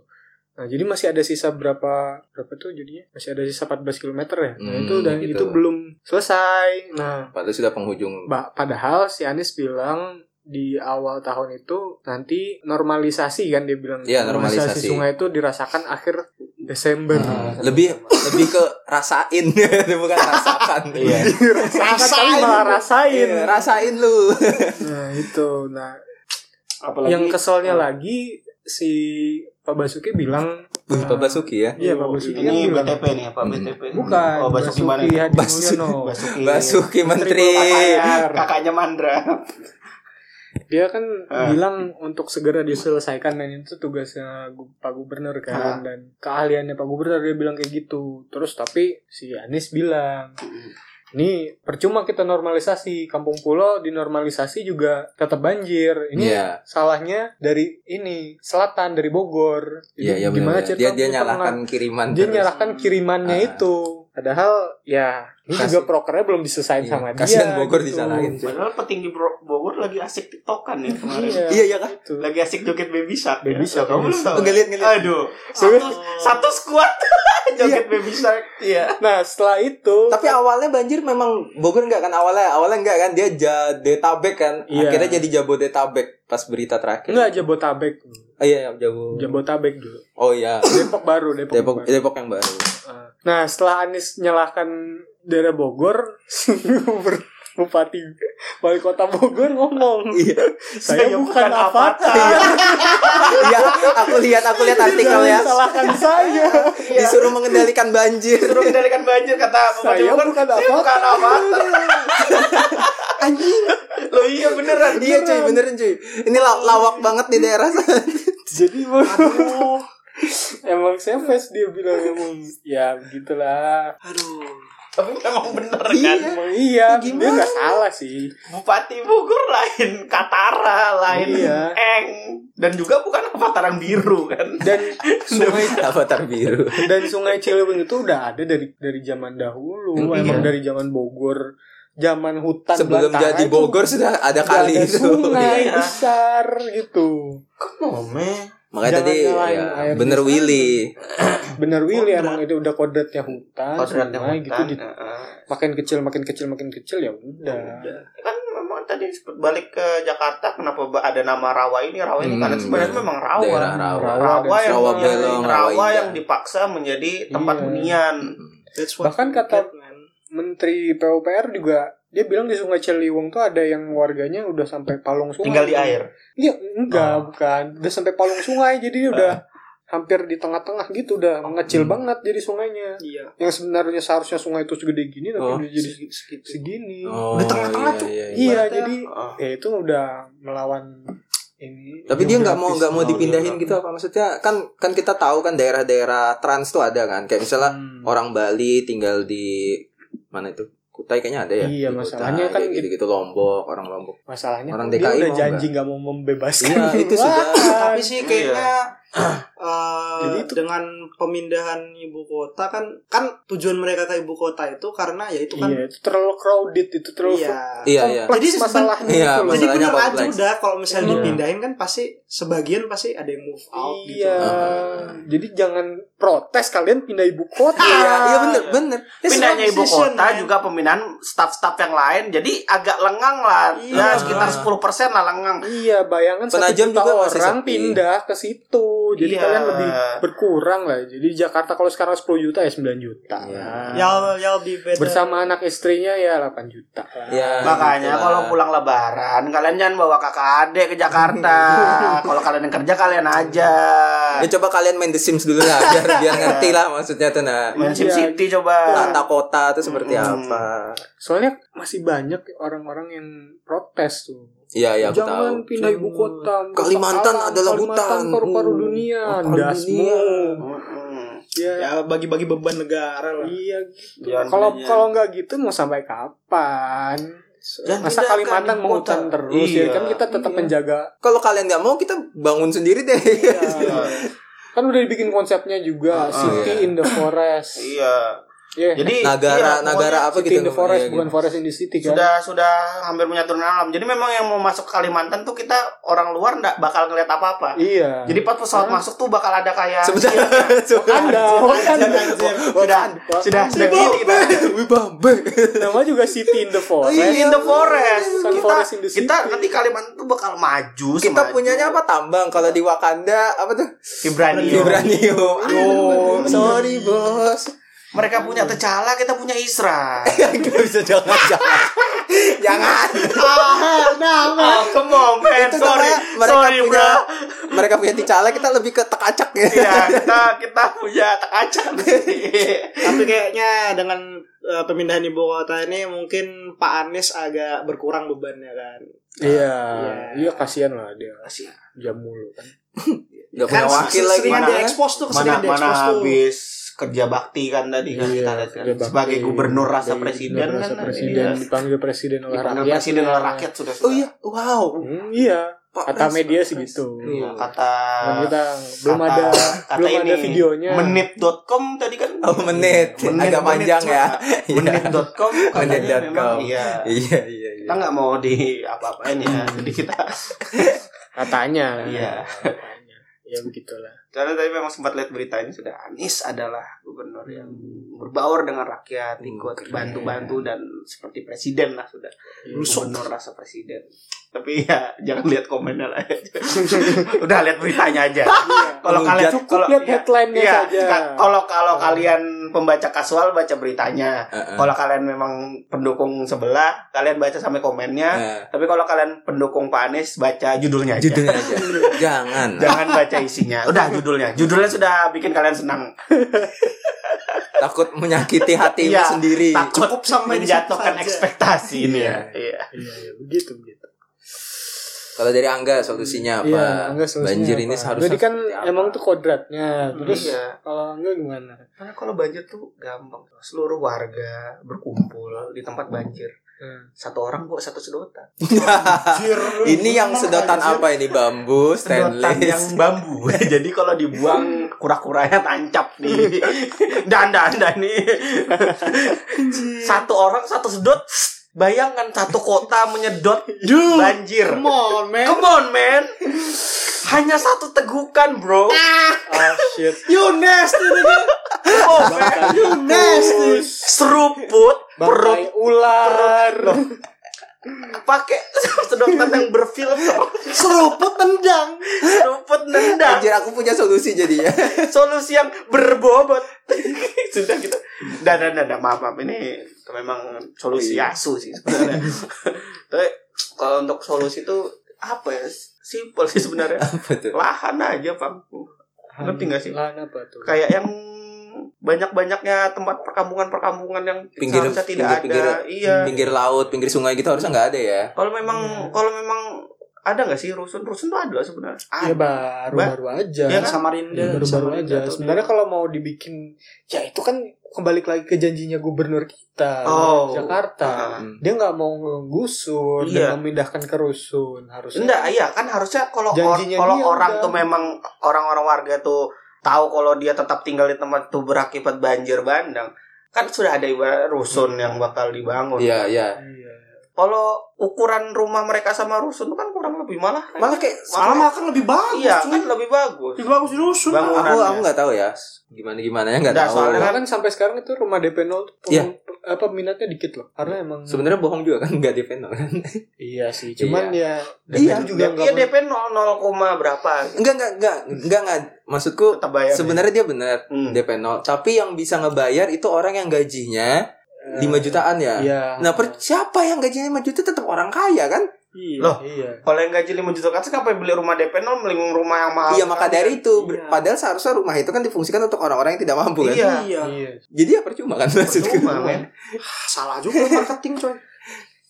Nah, jadi masih ada sisa berapa berapa tuh jadinya? Masih ada sisa 14 km ya. Nah, Hmm, itu dan gitu. itu belum selesai. Nah, Padahal sudah penghujung Ba- padahal si Anies bilang di awal tahun itu nanti normalisasi kan dia bilang Iya, normalisasi. sungai itu dirasakan akhir Desember Hmm, lebih lebih ke rasain bukan rasakan Iya. dirasakan tapi Rasain. malah rasain Iya, rasain lu nah itu nah apalagi Oh. yang keselnya Hmm. lagi si Pak Basuki bilang Wih, Pak Basuki ya iya Pak Basuki kan ini bilang BTP nih apa Hmm. BTP bukan oh Basuki mana Hadi Basuki. Mulyono. Basuki Basuki Menteri kakaknya, kakaknya Mandra dia kan Ah. bilang untuk segera diselesaikan dan itu tugasnya gu- Pak Gubernur Ah. kan dan keahliannya Pak Gubernur dia bilang kayak gitu terus tapi si Anies bilang ini percuma kita normalisasi kampung pulau dinormalisasi juga tetap banjir ini Iya, salahnya dari ini selatan dari Bogor iya, Jadi iya gimana benar. Dia cerita dia kita nyalahkan kiriman. menga- dia terus. nyalahkan kirimannya Ah. itu padahal ya ini Kasih- juga prokernya belum diselesain Iya, sama dia kasihan Bogor gitu. disalahin. padahal petinggi Bro- Bogor lagi asik tiktokan ya kemarin iya Iya, iya kan? gitu. lagi asik joget baby shark ya? Baby Shark, kamu Baby belum Shark. tahu Enggak lihat enggak lihat. aduh satu satu squad joget baby shark iya nah setelah itu Tapi awalnya banjir memang Bogor enggak kan awalnya, awalnya enggak kan dia Jadetabek kan. Iya. Akhirnya jadi Jabodetabek pas berita terakhir. Enggak Jabotabek. Oh, iya, Jabo. Jabotabek dulu. Oh iya. Depok baru, Depok. Depok iya. baru. Depok yang baru. Ah. Nah, setelah Anies nyalahkan daerah Bogor, si Gubernur- Bupati Wali Kota Bogor ngomong, Iya. saya bukan avatar. Iya, aku lihat aku lihat artikelnya. Jangan salahkan saya. Disuruh mengendalikan banjir. suruh mengendalikan kan banjir kata Bupati Saya Bogor bukan saya bukan avatar Anjing. lo iya beneran Iya cuy beneran cuy Ini la- lawak banget di daerah sana. Jadi emang saya pas dia bilang emang ya begitulah. Aduh. tapi memang bener kan Emang Ya, iya, dia gimana? nggak salah sih. Bupati Bogor lain Katara lain Iya. Eng dan juga bukan avatar yang biru kan Dan sungai Avatar biru dan sungai Ciliwung itu udah ada dari dari zaman dahulu Iya. emang dari zaman Bogor zaman hutan Sebelum belantara jadi itu Bogor sudah ada udah kali ada itu sungai Iya. besar gitu Kok ngomel Makanya Jangan tadi nyalahin ya, air bener di sana. Willy. Bener Willy Kodrat. emang itu udah kodratnya hutan, Kodratnya hutan, sungai eh, gitu, di- heeh. makin kecil makin kecil makin kecil ya udah. Udah. kan memang tadi sempet balik ke Jakarta kenapa ba- ada nama rawa ini rawa ini Hmm, karena sebenarnya iya. memang rawa Daerah rawa. rawa, ya, Rawa dan yang Rawa menjadi- Belong, Rawa rawa Indah. yang dipaksa menjadi tempat Iya. hunian That's Bahkan we kata- get, man. Menteri PUPR juga dia bilang di Sungai Ciliwung tuh ada yang warganya udah sampai palung sungai. tinggal di air Iya, enggak, Oh. Ah. bukan. Udah sampai palung sungai jadi dia udah hampir di tengah-tengah gitu udah mengecil Hmm. banget jadi sungainya. Iya. Yang sebenarnya seharusnya sungai itu segede gini tapi Oh. udah jadi Segi- segitu. segini. Oh, Di tengah-tengah tuh. iya, iya. iya, Ibaratnya, jadi heeh. ya itu udah melawan ini. Tapi dia nggak mau geografis. nggak mau Oh, dipindahin geografis. gitu apa maksudnya? Kan kan kita tahu kan daerah-daerah trans tuh ada kan. Kayak misalnya Hmm. orang Bali tinggal di mana itu? Kutai kayaknya ada ya. Iya, Di Kutai, masalahnya kan kayak gitu-gitu Lombok, orang Lombok. Masalahnya Orang dia DKI udah mau janji nggak mau membebaskan. Iya, itu sudah. Wah. tapi sih kayaknya eh, Iya. Jadi itu- dengan pemindahan ibu kota kan kan tujuan mereka ke ibu kota itu karena ya itu kan Iya, itu terlalu crowded, itu terlalu iya Iya, iya. Jadi Jadi seben- Iya, masalahnya gitu loh. jadi Masalahnya bener aja kompleks. udah kalau misalnya Iya. dipindahin kan pasti sebagian pasti ada yang move out gitu Iya. Jadi jangan protes kalian pindah ibu kota. Iya, iya bener bener. pindahnya ibu Transition, kota man. juga pemindahan staff-staff yang lain jadi agak lengang lah Iya. ya sekitar 10% lah lengang Iya, bayangan satu Penajam juta juga masih orang sepi. pindah ke situ. Oh, Jadi Iya. kalian lebih berkurang lah. Jadi Jakarta kalau sekarang 10 juta ya 9 juta. Iya. lah. Y'all, y'all be better. Bersama anak istrinya ya 8 juta. Gitu lah. Iya. Makanya gitulah. kalau pulang lebaran kalian jangan bawa kakak adik ke Jakarta. kalau kalian yang kerja kalian aja. Ya Iya. coba kalian main The Sims dulu lah biar biar ngerti lah maksudnya tuh nah Main Sim Iya. City coba. tata kota tuh seperti Hmm. apa. Soalnya masih banyak orang-orang yang protes tuh. Iya iya aku tahu. Jangan pindah ibu kota. Kalimantan Kota alam, adalah Kalimantan hutan. paru-paru Hmm. dunia. Paru-paru Dasmu. dunia. Mm-mm. Ya, ya bagi-bagi beban negara lah. Iya gitu. Jangan Kalau pindahin. kalau nggak gitu mau sampai kapan? Jangan Masa pindahkan Kalimantan ibu mau hutan kota. terus Iya. ya kan kita tetap Iya. menjaga. Kalau kalian nggak mau kita bangun sendiri deh. Iya. kan udah dibikin konsepnya juga Ah, City iya. in the Forest. Iya. Iya. Jadi iya, Nagara pokoknya nagara apa City gitu. in the namanya, Forest gitu. bukan Forest in the City kan. Iya, sudah sudah hampir menyatu dengan alam. Jadi memang yang mau masuk ke Kalimantan tuh kita orang luar nggak bakal ngeliat apa-apa. Iya. Jadi pas pesawat Karena- masuk tuh bakal ada Iya. kayak iya, Sebentar. Sebentar. Wakanda, Wakanda. sudah sudah sudah gini kita. Iya. We Bombay. Nama juga City in the Forest. City in the forest. Kita Bukan Kan forest in the kita city. nanti Kalimantan tuh bakal maju. Kita semaju. punyanya apa tambang kalau di Wakanda apa tuh? Vibranium. Vibranium. Iya. Aduh. Sorry bos. Mereka punya Tecala, kita punya Isra. Kita bisa jangan jangan. Jangan. Oh, come on, man. Itu Sorry. namanya mereka Sorry, punya bro. mereka punya ticala kita lebih ke tekacak ya. Iya, kita kita punya kaca di sini. Tapi kayaknya dengan eh, pemindahan ibu kota ini mungkin Pak Anies agak berkurang bebannya kan. Iya. Iya. Iya kasihan lah dia Kasihan. jam mulu kan. Gak Kan punya wakil lagi seringan mana? diekspos tuh, Mana keseringan mana diekspos tuh. habis kerja bakti kan tadi kan Iya, kita lihat kan. kerja bakti. sebagai gubernur rasa Jadi presiden gubernur kan. rasa presiden Iya. dipanggil presiden oleh Dipanggil rakyat. presiden oleh rakyat sudah. Oh iya, wow. Hmm, iya. Pak Kata Pres, media Pak sih Pres. gitu. Iya, kata Dan kita belum kata- ada kata belum ada Iya. ini, videonya. menit.com tadi kan. Oh menit, Menit- agak panjang menit, ya. Iya. Menit.com katanya Menit.com. memang iya. Iya iya iya. Kita nggak mau di apa-apain ya. Jadi kita Katanya. Iya. Katanya. Ya begitulah. Karena tadi memang sempat lihat berita ini sudah Anies adalah gubernur yang berbaur dengan rakyat, Hmm, ikut keren. bantu-bantu dan seperti presiden lah sudah. Rusuk. Gubernur rasa presiden. Tapi ya jangan lihat komennya lah. Udah lihat beritanya aja. Kalau kalian Menghujat. kalau Cukup lihat iya, headline-nya iya, saja. ka- kalau kalau kalian pembaca kasual baca beritanya. Heeh. Kalau kalian memang pendukung sebelah, kalian baca sampai komennya. Nah, Tapi kalau kalian pendukung Pak Anies baca judulnya aja. judulnya aja. Jangan. Jangan baca isinya. Udah judulnya. Judulnya sudah bikin kalian senang. Takut menyakiti hatimu Iya, sendiri. Takut Cukup sampai di menjatuhkan situ aja. ekspektasi ini ya. Iya. Iya, iya, begitu begitu. Kalau dari Angga solusinya apa? Iya, enggak solusinya Banjir ini apa? seharusnya Jadi kan seperti apa? emang tuh kodratnya. Terus Iya. kalau enggak gimana? Karena kalau banjir tuh gampang. Seluruh warga berkumpul di tempat banjir. Satu orang buat satu sedotan. Ah, ini yang sedotan apa ini bambu Sedotan yang stainless bambu. Jadi kalau dibuang kura-kuranya tancap di dandan dan nih. Satu orang satu sedot. Bayangkan satu kota menyedot banjir. Come on, man. Come on, man. Hanya satu tegukan, bro. Ah shit. You nasty Oh, You nasty seruput Bangkai perut ular. pakai sedotan yang berfilter. Seruput tendang Seruput nendang. Anjir aku punya solusi ya. jadinya. Solusi yang berbobot. Sudah gitu. kita. Dan dan dan maaf maaf ini memang solusi Iya. asu sih sebenarnya. Tapi kalau untuk solusi itu apa ya? Simpel sih sebenarnya. Apa tuh? Lahan aja, Pak. Ngerti nggak sih? Lahan apa tuh? kayak yang banyak-banyaknya tempat perkampungan-perkampungan yang Pinggir- seharusnya tidak pinggir- ada. Iya. Pinggir laut, pinggir sungai gitu harusnya nggak ada ya. Kalau memang Iya. kalau memang ada nggak sih rusun? Rusun tuh ada sebenarnya. Ya baru-baru aja. Ya Yang kan? Samarinda Ya, baru-baru Samarinda aja. tuh. Sebenarnya kalau mau dibikin, ya itu kan kembali lagi ke janjinya gubernur kita Oh. Ah. Jakarta. Hmm. Dia nggak mau ngegusur Iya. dan memindahkan ke rusun harusnya. Enggak, iya kan harusnya kalau or- Janjinya kalau dia orang udah. tuh memang orang-orang warga tuh tahu kalau dia tetap tinggal di tempat tuh berakibat banjir bandang. Kan sudah ada ibarat rusun yang bakal dibangun. Iya, iya. Iya. Kalau ukuran rumah mereka sama rusun tuh kan kurang lebih malah. Malah kayak gitu, Malah makan lebih bagus iya, cuy. kan lebih bagus. Lebih bagus di rusun Bang- aku bangunannya. aku nggak tahu ya. Gimana gimana ya nggak Nggak, tahu. soalnya Karena kan sampai sekarang itu rumah DP 0 tuh Iya. pem- apa minatnya dikit loh. Iya. Karena emang Sebenarnya bohong juga kan nggak depend kan. iya sih. Cuman ya DP Iya, itu juga nggak Iya mau- DP 0, 0, koma berapa Enggak enggak enggak enggak enggak. Maksudku tetap bayar. sebenarnya dia benar Hmm. DP 0, tapi yang bisa ngebayar itu orang yang gajinya 5 jutaan ya. eh, Iya. Nah, per siapa yang gajinya 5 juta tetap orang kaya kan? Iya. Loh. Iya. Kalau yang gaji 5 juta kan ngapain beli rumah DP 0 mending rumah yang mahal. iya, maka dari itu ber- Iya. padahal seharusnya rumah itu kan difungsikan untuk orang-orang yang tidak mampu kan. Iya. Iya Iya. Jadi ya percuma kan maksudku. Percuma, men. Salah juga marketing coy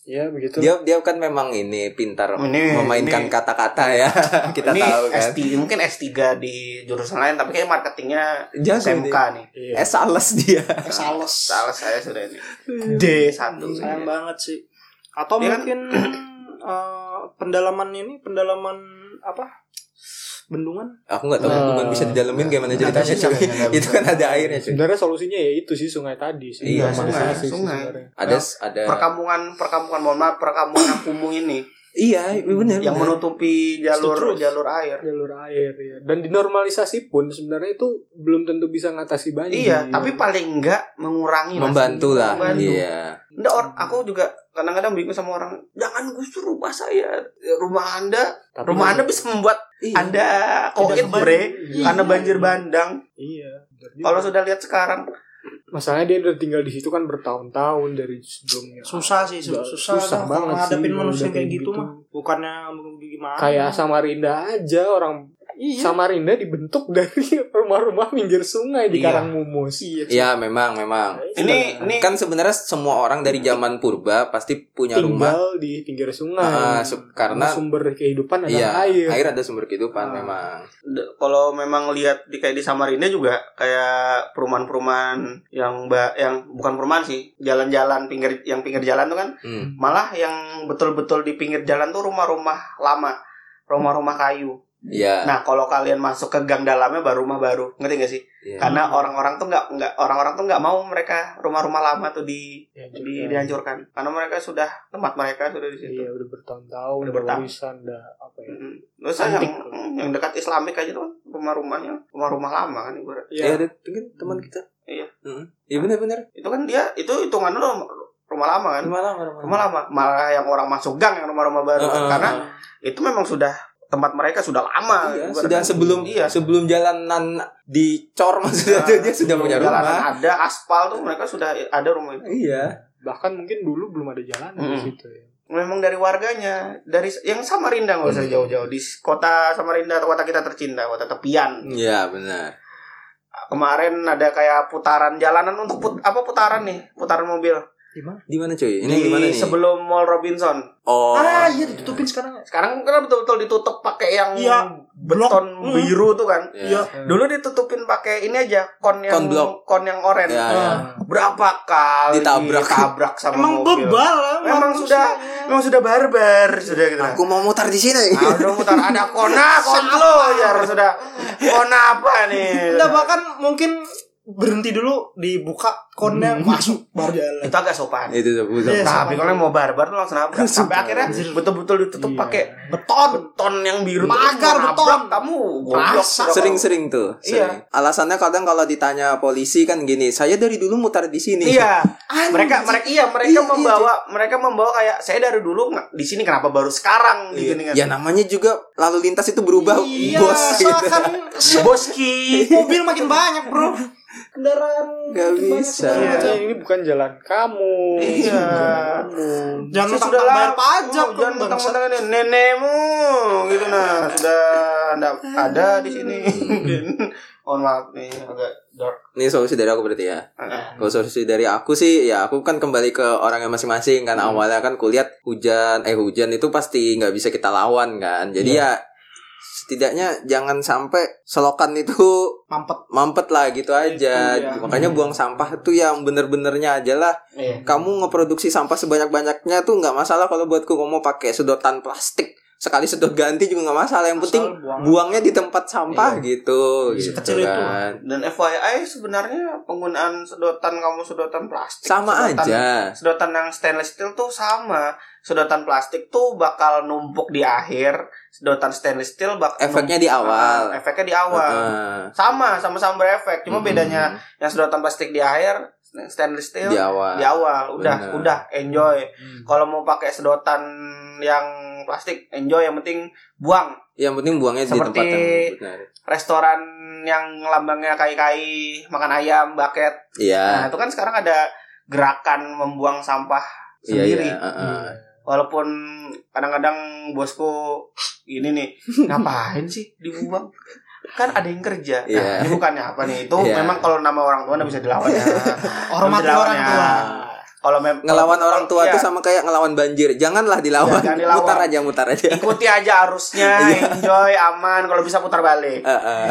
Iya begitu. Dia dia kan memang ini pintar Oh, Ini- memainkan ini- kata-kata ya. Kita ini tahu kan. S3, mungkin S3 di jurusan lain tapi kayak marketingnya Jago SMK dia. nih. Iya. Eh sales dia. Eh, Sales Salah saya sudah ini. D1 Iya. Sayang saya. banget sih Atau Iya kan? mungkin eh, Pendalaman ini Pendalaman Apa Bendungan Aku Oh. nggak tahu Nah. bukan bisa didalemin gimana Nggak ceritanya. bisa, cuy. nggak bisa. Itu kan ada airnya cuy. Sebenarnya solusinya ya itu sih sungai tadi sih. Iya, Masalah sungai, sih sungai. sebenarnya. Ada ada Perkampungan perkampungan mohon maaf perkampungan yang kumuh ini Iya, benar. yang menutupi jalur Setuju. jalur air. jalur air ya. Dan dinormalisasi pun sebenarnya itu belum tentu bisa ngatasi banjir. Iya, tapi paling enggak mengurangi Mas. membantu lah. Membantu. Iya. Nggak, or- aku juga kadang-kadang bingung sama orang, jangan gusur rumah saya. Rumah Anda, Tapi- rumah Anda bisa membuat Iya. Anda koit kebantu. bre Iya. karena banjir bandang. Iya. benar juga. Kalau sudah lihat sekarang, masalahnya dia udah tinggal di situ kan bertahun-tahun dari sebelumnya. Susah sih su- Udah Susah, susah dah banget kalau sih ngadepin kalau manusia udah kayak kayak gitu, gitu. mah Bukannya gimana Kayak Samarinda aja orang Iya Samarinda dibentuk dari rumah-rumah minggir sungai di Iya. Karangmumus. Iya Iya, memang memang. ini ini Kan sebenarnya semua orang dari zaman purba pasti punya rumah tinggal di pinggir Ah, sungai. su- karena- sumber kehidupan adalah Iya, air. air ada sumber kehidupan Ah. memang. d- kalau memang lihat di kayak di Samarinda juga kayak perumahan-perumahan yang ba- yang bukan perumahan sih, jalan-jalan pinggir yang pinggir jalan tuh kan Hmm. malah yang betul-betul di pinggir jalan tuh rumah-rumah lama, rumah-rumah kayu. Iya. Nah, kalau kalian masuk ke gang dalamnya baru rumah baru. Ngerti gak sih? iya. Karena Hmm. orang-orang tuh nggak nggak orang-orang tuh nggak mau mereka rumah-rumah lama tuh di, Ya, juga. di- dihancurkan. Karena mereka sudah tempat mereka sudah di situ. Iya, udah bertahun-tahun, Udah udah bertahun. warisan, udah apa ya. Mm-mm. Terus yang Antik. yang dekat Islamik aja tuh kan rumah-rumahnya rumah-rumah lama kan ibarat. Iya, ada mungkin teman kita. Iya. Heeh. Iya benar-benar. Itu kan dia itu hitungan rumah, rumah lama kan. Rumah lama, rumah Rumah lama malah yang orang masuk gang yang rumah-rumah baru kan. Heeh. karena itu memang sudah tempat mereka sudah lama. Iya, ibarat. sudah sebelum iya. sebelum jalanan dicor maksudnya Nah, dia sudah punya rumah. Jalanan ada aspal tuh mereka sudah ada rumah itu. Iya. Bahkan mungkin dulu belum ada jalan di Mm. situ ya. memang dari warganya dari yang Samarinda nggak usah Hmm. jauh-jauh di kota Samarinda kota kita tercinta kota tepian Iya, benar. kemarin ada kayak putaran jalanan untuk put- apa putaran nih putaran mobil Di mana cuy? Ini di di mana nih? sebelum Mall Robinson Oh. Ah iya ditutupin sekarang sekarang kan betul-betul ditutup pakai yang Iya, blok. beton Hmm. biru tuh kan Ya. Iya. dulu ditutupin pakai ini aja kon yang Kon blok. kon yang oranye Iya, iya. berapa kali Ditabrak. ditabrak sama Ah. Emang ah. mobil bebal lah Emang sudah. memang sudah barbar sudah gitu Aku mau mutar di sini. Ah, udah mutar ada kona konlo ya sudah kona apa nih Iya. Enggak bahkan mungkin berhenti dulu dibuka konnya Hmm. masuk baru jalan itu agak sopan itu tuh gua- Yes. tapi kalau yang Nah, mau barbar tuh langsung nabrak sampai akhirnya betul-betul ditutup Iya. pakai beton beton yang biru terus Magar nabrak, beton. kamu goblok Masa? Udah sering-sering tuh Iya. sering. alasannya kadang kalau ditanya polisi kan gini saya dari dulu mutar di sini Iya, mereka Anjing. mereka iya mereka Iya, iya, membawa mereka membawa kayak saya dari dulu nggak di sini kenapa baru sekarang Iya. gitu kan. ya namanya juga lalu lintas itu berubah iya, bos gitu soalkan se- Boski. mobil makin banyak bro kendaraan Gak kan makin banyak, bisa. segala Iya, macam. ini bukan jalan kamu. Iya. jangan Saya mentang-mentang lah- bayar pajak Oh, jangan mentang-mentang ini nenekmu gitu nah sudah ndak ada di sini mungkin. Hmm. Mohon maaf nih agak eh, dark. ini solusi dari aku berarti ya Kalau solusi dari aku sih ya aku kan kembali ke orangnya masing-masing kan awalnya kan kulihat hujan eh hujan itu pasti nggak bisa kita lawan kan. Jadi ya setidaknya jangan sampai selokan itu mampet mampet lah gitu aja. Itu ya. Makanya buang sampah tuh yang bener-benernya aja lah. Iya. Kamu ngeproduksi sampah sebanyak-banyaknya tuh nggak masalah kalau buatku kamu mau pakai sedotan plastik sekali sedot ganti juga nggak masalah. Yang penting Asal buang. buangnya di tempat sampah gitu. gitu Sekecil itu. kan. Dan FYI sebenarnya penggunaan sedotan kamu sedotan plastik Sama sedotan- aja. sedotan yang stainless steel tuh sama sedotan plastik tuh bakal numpuk di akhir sedotan stainless steel bak Efeknya di awal. Ah, efeknya di awal Heeh. Hmm, sama sama sama berefek cuma Mm-mm. bedanya yang sedotan plastik di akhir stainless steel di awal. di awal udah Bener. udah enjoy kalau mau pakai sedotan yang plastik enjoy yang penting buang Yang penting buangnya di Seperti- tempat yang benar. restoran yang lambangnya kai-kai makan ayam bucket nah Iya. itu kan sekarang ada gerakan membuang sampah Iya, sendiri iya, heeh. walaupun kadang-kadang bosku ini nih ngapain sih dibuang kan ada yang kerja nah, Iya. ini bukannya apa nih itu Iya. memang kalau nama orang tua nggak bisa dilawan ya hormati Dilawan orang ya. tua kalau memang Ngelawan orang tua Iya. tuh sama kayak ngelawan banjir. Janganlah dilawan. Jangan dilawan. Mutar aja, mutar aja. ikuti aja arusnya Iya. enjoy aman kalau bisa putar balik Heeh,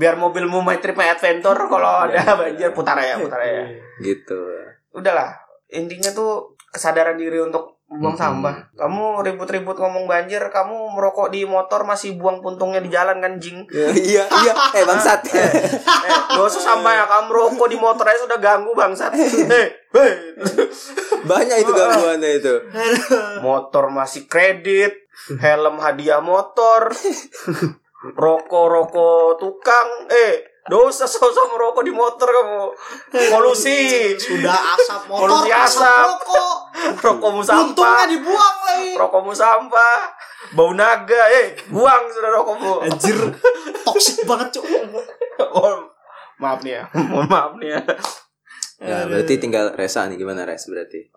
biar mobilmu my trip my adventure kalau Iya. ada banjir putar ya putar ya gitu. udahlah intinya tuh kesadaran diri untuk buang Mm-mm. sampah kamu ribut-ribut ngomong banjir kamu merokok di motor masih buang puntungnya di jalan kan jing Ya, iya, iya. Eh, bangsat. Eh, gak usah sama ya kamu rokok di motor aja sudah ganggu bangsat. Eh, eh. Banyak itu gangguannya itu. motor masih kredit, helm hadiah motor, rokok rokok tukang. Eh, dosa sosok merokok di motor kamu. Polusi, Eh, sudah asap motor Polusi asap. rokok rokokmu untungnya sampah, dibuang lagi rokokmu sampah, bau naga. Eh, buang sudah rokokmu. anjir toksik banget cuy Oh, maaf nih ya, mohon maaf nih ya. Nah, berarti tinggal Resa nih gimana Res berarti.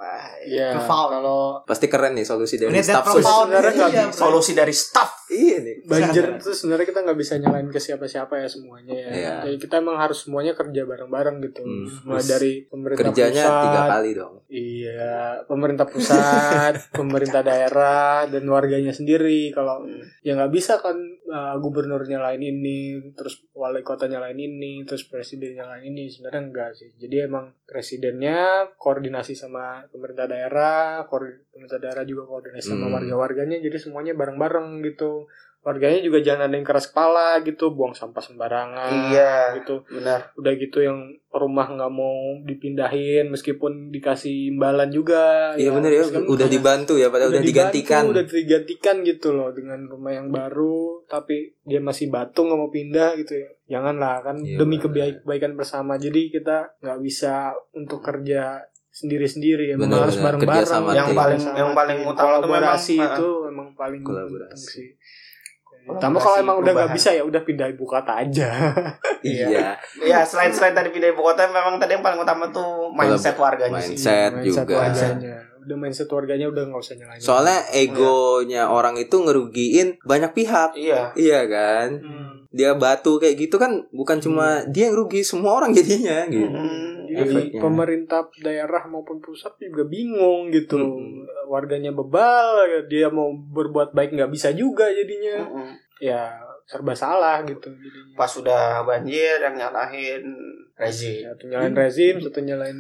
Iya. Profound. Kalau Pasti keren nih solusi dari ini that staff sus. profound Sebenarnya nggak Iya, bisa. bro. Solusi dari staff. Iya nih. banjir itu sebenarnya kita nggak bisa nyalain ke siapa-siapa ya semuanya ya. Iya. Jadi kita emang harus semuanya kerja bareng-bareng gitu. Hmm. Mulai dari pemerintah Kerjanya pusat, tiga kali dong. Iya, pemerintah pusat, pemerintah daerah, dan warganya sendiri. Kalau ya nggak bisa kan uh, gubernurnya lain ini, terus wali kotanya lain ini, terus presidennya lain ini. Sebenarnya enggak sih. Jadi emang presidennya koordinasi sama pemerintah daerah, koor- pemerintah daerah juga koordinasi sama Hmm. warga-warganya. Jadi semuanya bareng-bareng gitu. Warganya juga jangan ada yang keras kepala gitu, buang sampah sembarangan Iya, gitu benar. udah gitu yang rumah nggak mau dipindahin meskipun dikasih imbalan juga Iya bener ya, Meskipun udah dibantu ya padahal udah dibantu, digantikan. udah digantikan gitu loh dengan rumah yang baru tapi dia masih batu nggak mau pindah gitu ya janganlah kan Iya, demi bener. kebaikan bersama jadi kita nggak bisa untuk kerja sendiri-sendiri ya Bener, harus bener. bareng-bareng Kerjasama Yang tim. paling yang paling utama itu memang kolaborasi itu memang paling Kolaborasi. penting sih Kolaborasi, Tambah kalau emang udah nggak perubahan. bisa ya udah pindah ibu kota aja. Iya. Ya selain selain tadi pindah ibu kota memang tadi yang paling utama tuh mindset warganya sih. Mindset juga. warganya. Udah mindset warganya udah nggak usah nyalain. Soalnya egonya orang itu ngerugiin banyak pihak. Iya. Iya kan? Hmm. Dia batu kayak gitu kan bukan cuma dia yang rugi, semua orang jadinya gitu. Mm, Jadi Efeknya. pemerintah daerah maupun pusat juga bingung gitu. Mm-mm. Warganya bebal, dia mau berbuat baik nggak bisa juga jadinya. mm-mm. Ya serba salah gitu jadinya. Pas udah banjir yang nyalahin rezim. Ya, Satu nyalain rezim, satu nyalain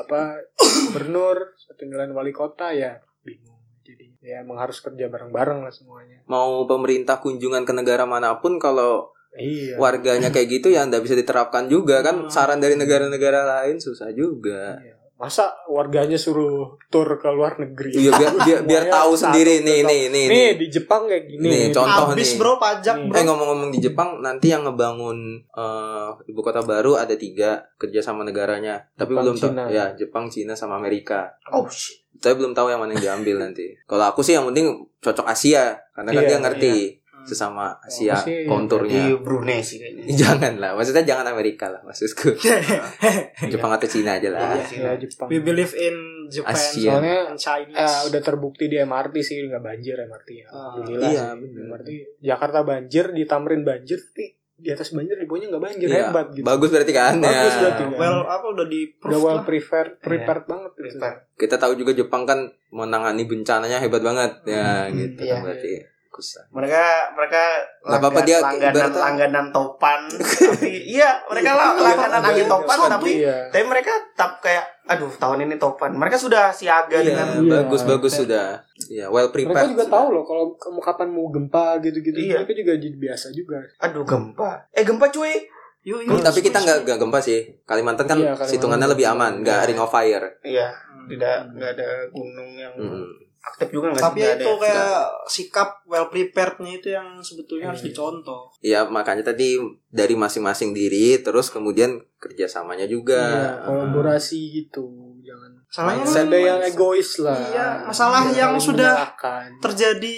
apa gubernur, satu nyalain wali kota ya bingung jadi ya emang harus kerja bareng-bareng lah semuanya. Mau pemerintah kunjungan ke negara manapun kalau Iya. warganya kayak gitu ya nggak bisa diterapkan juga kan Hmm. saran dari negara-negara lain susah juga Iya. Masa warganya suruh tur ke luar negeri? iya biar biar, biar Semuanya tahu satu sendiri nih tetap. nih nih, Nih, nih. di Jepang kayak gini. Nih, contoh Habis nih. bro pajak Nih. bro. Eh ngomong-ngomong di Jepang nanti yang ngebangun eh, ibu kota baru ada tiga kerja sama negaranya tapi Jepang, belum tahu Cina. ya Jepang Cina sama Amerika Oh shit. tapi belum tahu yang mana yang diambil nanti kalau aku sih yang penting cocok Asia karena kan Iya, dia ngerti Hmm. sesama Asia Aku sih- konturnya Di Brunei sih kayaknya. jangan lah maksudnya jangan Amerika lah maksudku Iya. Jepang atau Cina aja lah Iya. Iya, Hmm. Jepang. We believe in Japan. Asia. Ah, Soalnya And Chinese. eh, udah terbukti di MRT sih nggak banjir MRT ya. Ah, Alhamdulillah. iya, sih. bener. MRT Jakarta banjir, di Tamrin banjir, tapi di atas banjir di bawahnya nggak banjir Iya. hebat gitu. bagus berarti kan ya. Bagus berarti. Iya. Well apa udah di Udah proof well lah. Iya. prepared, prepared banget gitu. Prepare. kita tahu juga Jepang kan menangani bencananya hebat banget ya Hmm, gitu iya. kan berarti Kusa. mereka mereka Nggak apa-apa, langgan- dia langganan ibaratnya- langganan topan tapi iya mereka lah langganan angin topan tapi Iya. tapi mereka tetap kayak aduh tahun ini topan mereka sudah siaga dengan Iya, Iya. bagus bagus sudah ya well Mereka prepared juga sudah. tahu loh kalau kamu kapan mau gempa gitu-gitu. Iya. Mereka juga jadi biasa juga. aduh gempa eh gempa cuy Yuk, Hmm, yuk. tapi kita nggak nggak gempa sih Kalimantan kan Iya, Kalimantan. hitungannya lebih aman nggak ring of fire iya Hmm. tidak nggak ada gunung yang Mm. aktif juga nggak sih? Tapi ya Nggak ada Hmm. itu ya? kayak sikap well preparednya itu yang sebetulnya harus Iya. dicontoh. ya makanya tadi dari masing-masing diri terus kemudian kerjasamanya juga Iya, Hmm. kolaborasi Ah. gitu. Jangan Salahnya Mindset. kan ada yang egois lah. Iya, masalah Jangan yang sudah menyalahkan. terjadi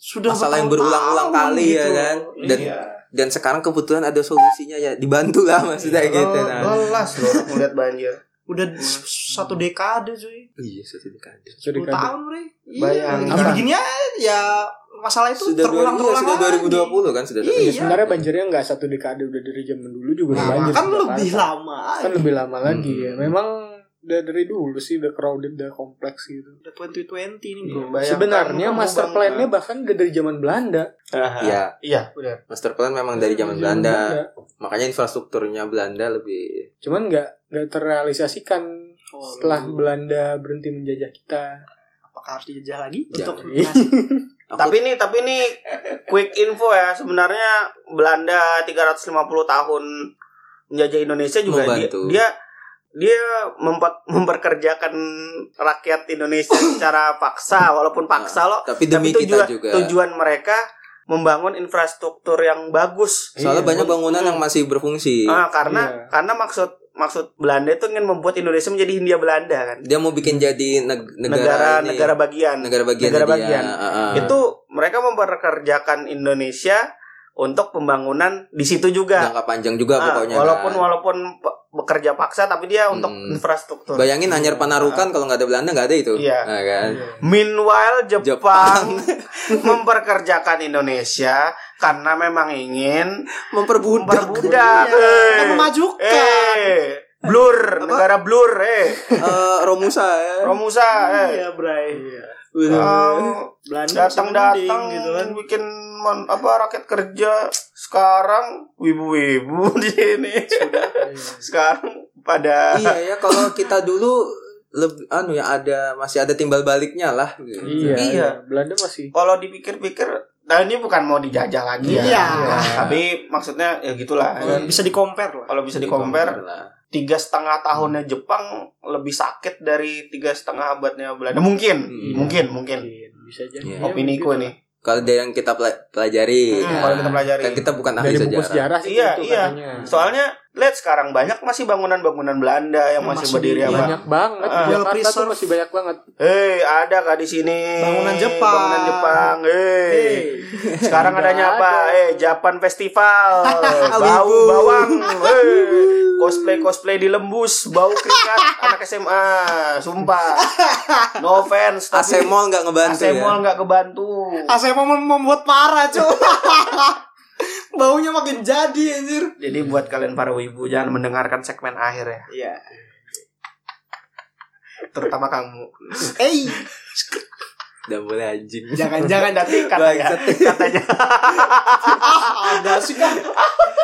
sudah Masalah bertahun-tahun yang berulang-ulang kali, ya kan? Dan- iya. dan sekarang kebetulan ada solusinya ya dibantu lah maksudnya Oh. Iya, gitu lel- nah lelas loh aku lihat banjir udah Hmm. s- satu dekade cuy. iya satu dekade Jadi 10 kan- tahun, Bre. Bayangkan. Iya. Begini ya masalah itu sudah dua terulang-ulang. iya, sudah lagi. 2020 kan sudah Iya. Ya, terjadi. sebenarnya banjirnya nggak satu dekade udah dari zaman dulu juga udah Nah, banjir. kan di lebih Jakarta. lama. Kan lebih lama lagi ya. Hmm. Memang udah dari dulu sih udah crowded, udah kompleks gitu. Udah 2020 nih, Bro. Bayangkan Iya. Sebenarnya kamu master bangga. plan-nya bahkan udah dari zaman Belanda. iya Iya, iya benar master plan memang dari Iya, zaman Belanda. Makanya infrastrukturnya Belanda lebih Cuman nggak nggak terrealisasikan Oh, setelah Belanda berhenti menjajah kita. apakah harus dijajah lagi Jangan. untuk ngasih Aku- tapi ini tapi ini quick info ya sebenarnya Belanda 350 tahun menjajah Indonesia juga dia, Membantu. dia dia memper- memperkerjakan rakyat Indonesia secara paksa walaupun paksa loh tapi demi tapi kita tujuan juga. tujuan mereka membangun infrastruktur yang bagus Soalnya Iya. banyak bangunan yang masih berfungsi. Ah, karena Iya. karena maksud maksud Belanda itu ingin membuat Indonesia menjadi Hindia Belanda kan Dia mau bikin jadi neg- negara negara ini, negara bagian negara bagian negara dia. bagian. Ah, ah. itu mereka memperkerjakan Indonesia untuk pembangunan di situ juga. jangka panjang juga Ah, pokoknya. walaupun kan. walaupun pe- bekerja paksa tapi dia untuk Hmm. infrastruktur. bayangin Anyar Panarukan kalau nggak ada Belanda nggak ada itu. Iya. Ah, kan? Meanwhile Jepang. Jepang, memperkerjakan Indonesia karena memang ingin Memperbudak. memperbudak. Iya, Eh. memajukan. Eh, blur, negara blur, eh, Eh, Romusa. ya. Romusa, eh. Iya, Bray. Oh, Belanda datang-datang mending, gitu kan. bikin mon- apa rakyat kerja sekarang wibu-wibu di sini iya. sekarang pada iya ya kalau kita dulu lebih anu ya ada masih ada timbal baliknya lah gitu. Iya, Iya. iya. Belanda masih kalau dipikir-pikir nah ini bukan mau dijajah lagi ya Iya. tapi maksudnya ya gitulah Dan bisa dikompar lah. kalau bisa di compare tiga setengah tahunnya Jepang lebih sakit dari tiga setengah abadnya Belanda mungkin Hmm. mungkin mungkin bisa jadi. Iya. Ya, opini mungkin ku lah. nih kalau dari yang kita pela- Hmm, pelajari Iya. ya. kalau kita pelajari. kan kita bukan ahli Dari buku sejarah sejarah sih Iya, itu iya. katanya. soalnya lihat sekarang banyak masih bangunan-bangunan Belanda yang masih, Masih berdiri di- apa banyak Ah. banget di Jakarta tuh Well-preserved. masih banyak banget Hei, ada kah di sini? Bangunan Jepang. Bangunan Jepang. Hei. Sekarang Tidak adanya apa? ada. Eh, Japan Festival. bau Wibu. bawang. Hei. Cosplay-cosplay di lembus, bau keringat anak SMA. Sumpah. No offense, tapi Asemol nggak ngebantu ya. Asemol nggak kebantu. Asep Ah, mau mem- membuat parah, cuy. Baunya makin jadi anjir. Jadi buat kalian para wibu jangan mendengarkan segmen akhir ya, Iya. terutama kamu. Eh, ya udah boleh anjing ya. jangan-jangan Nanti katanya, katanya ada sih kan.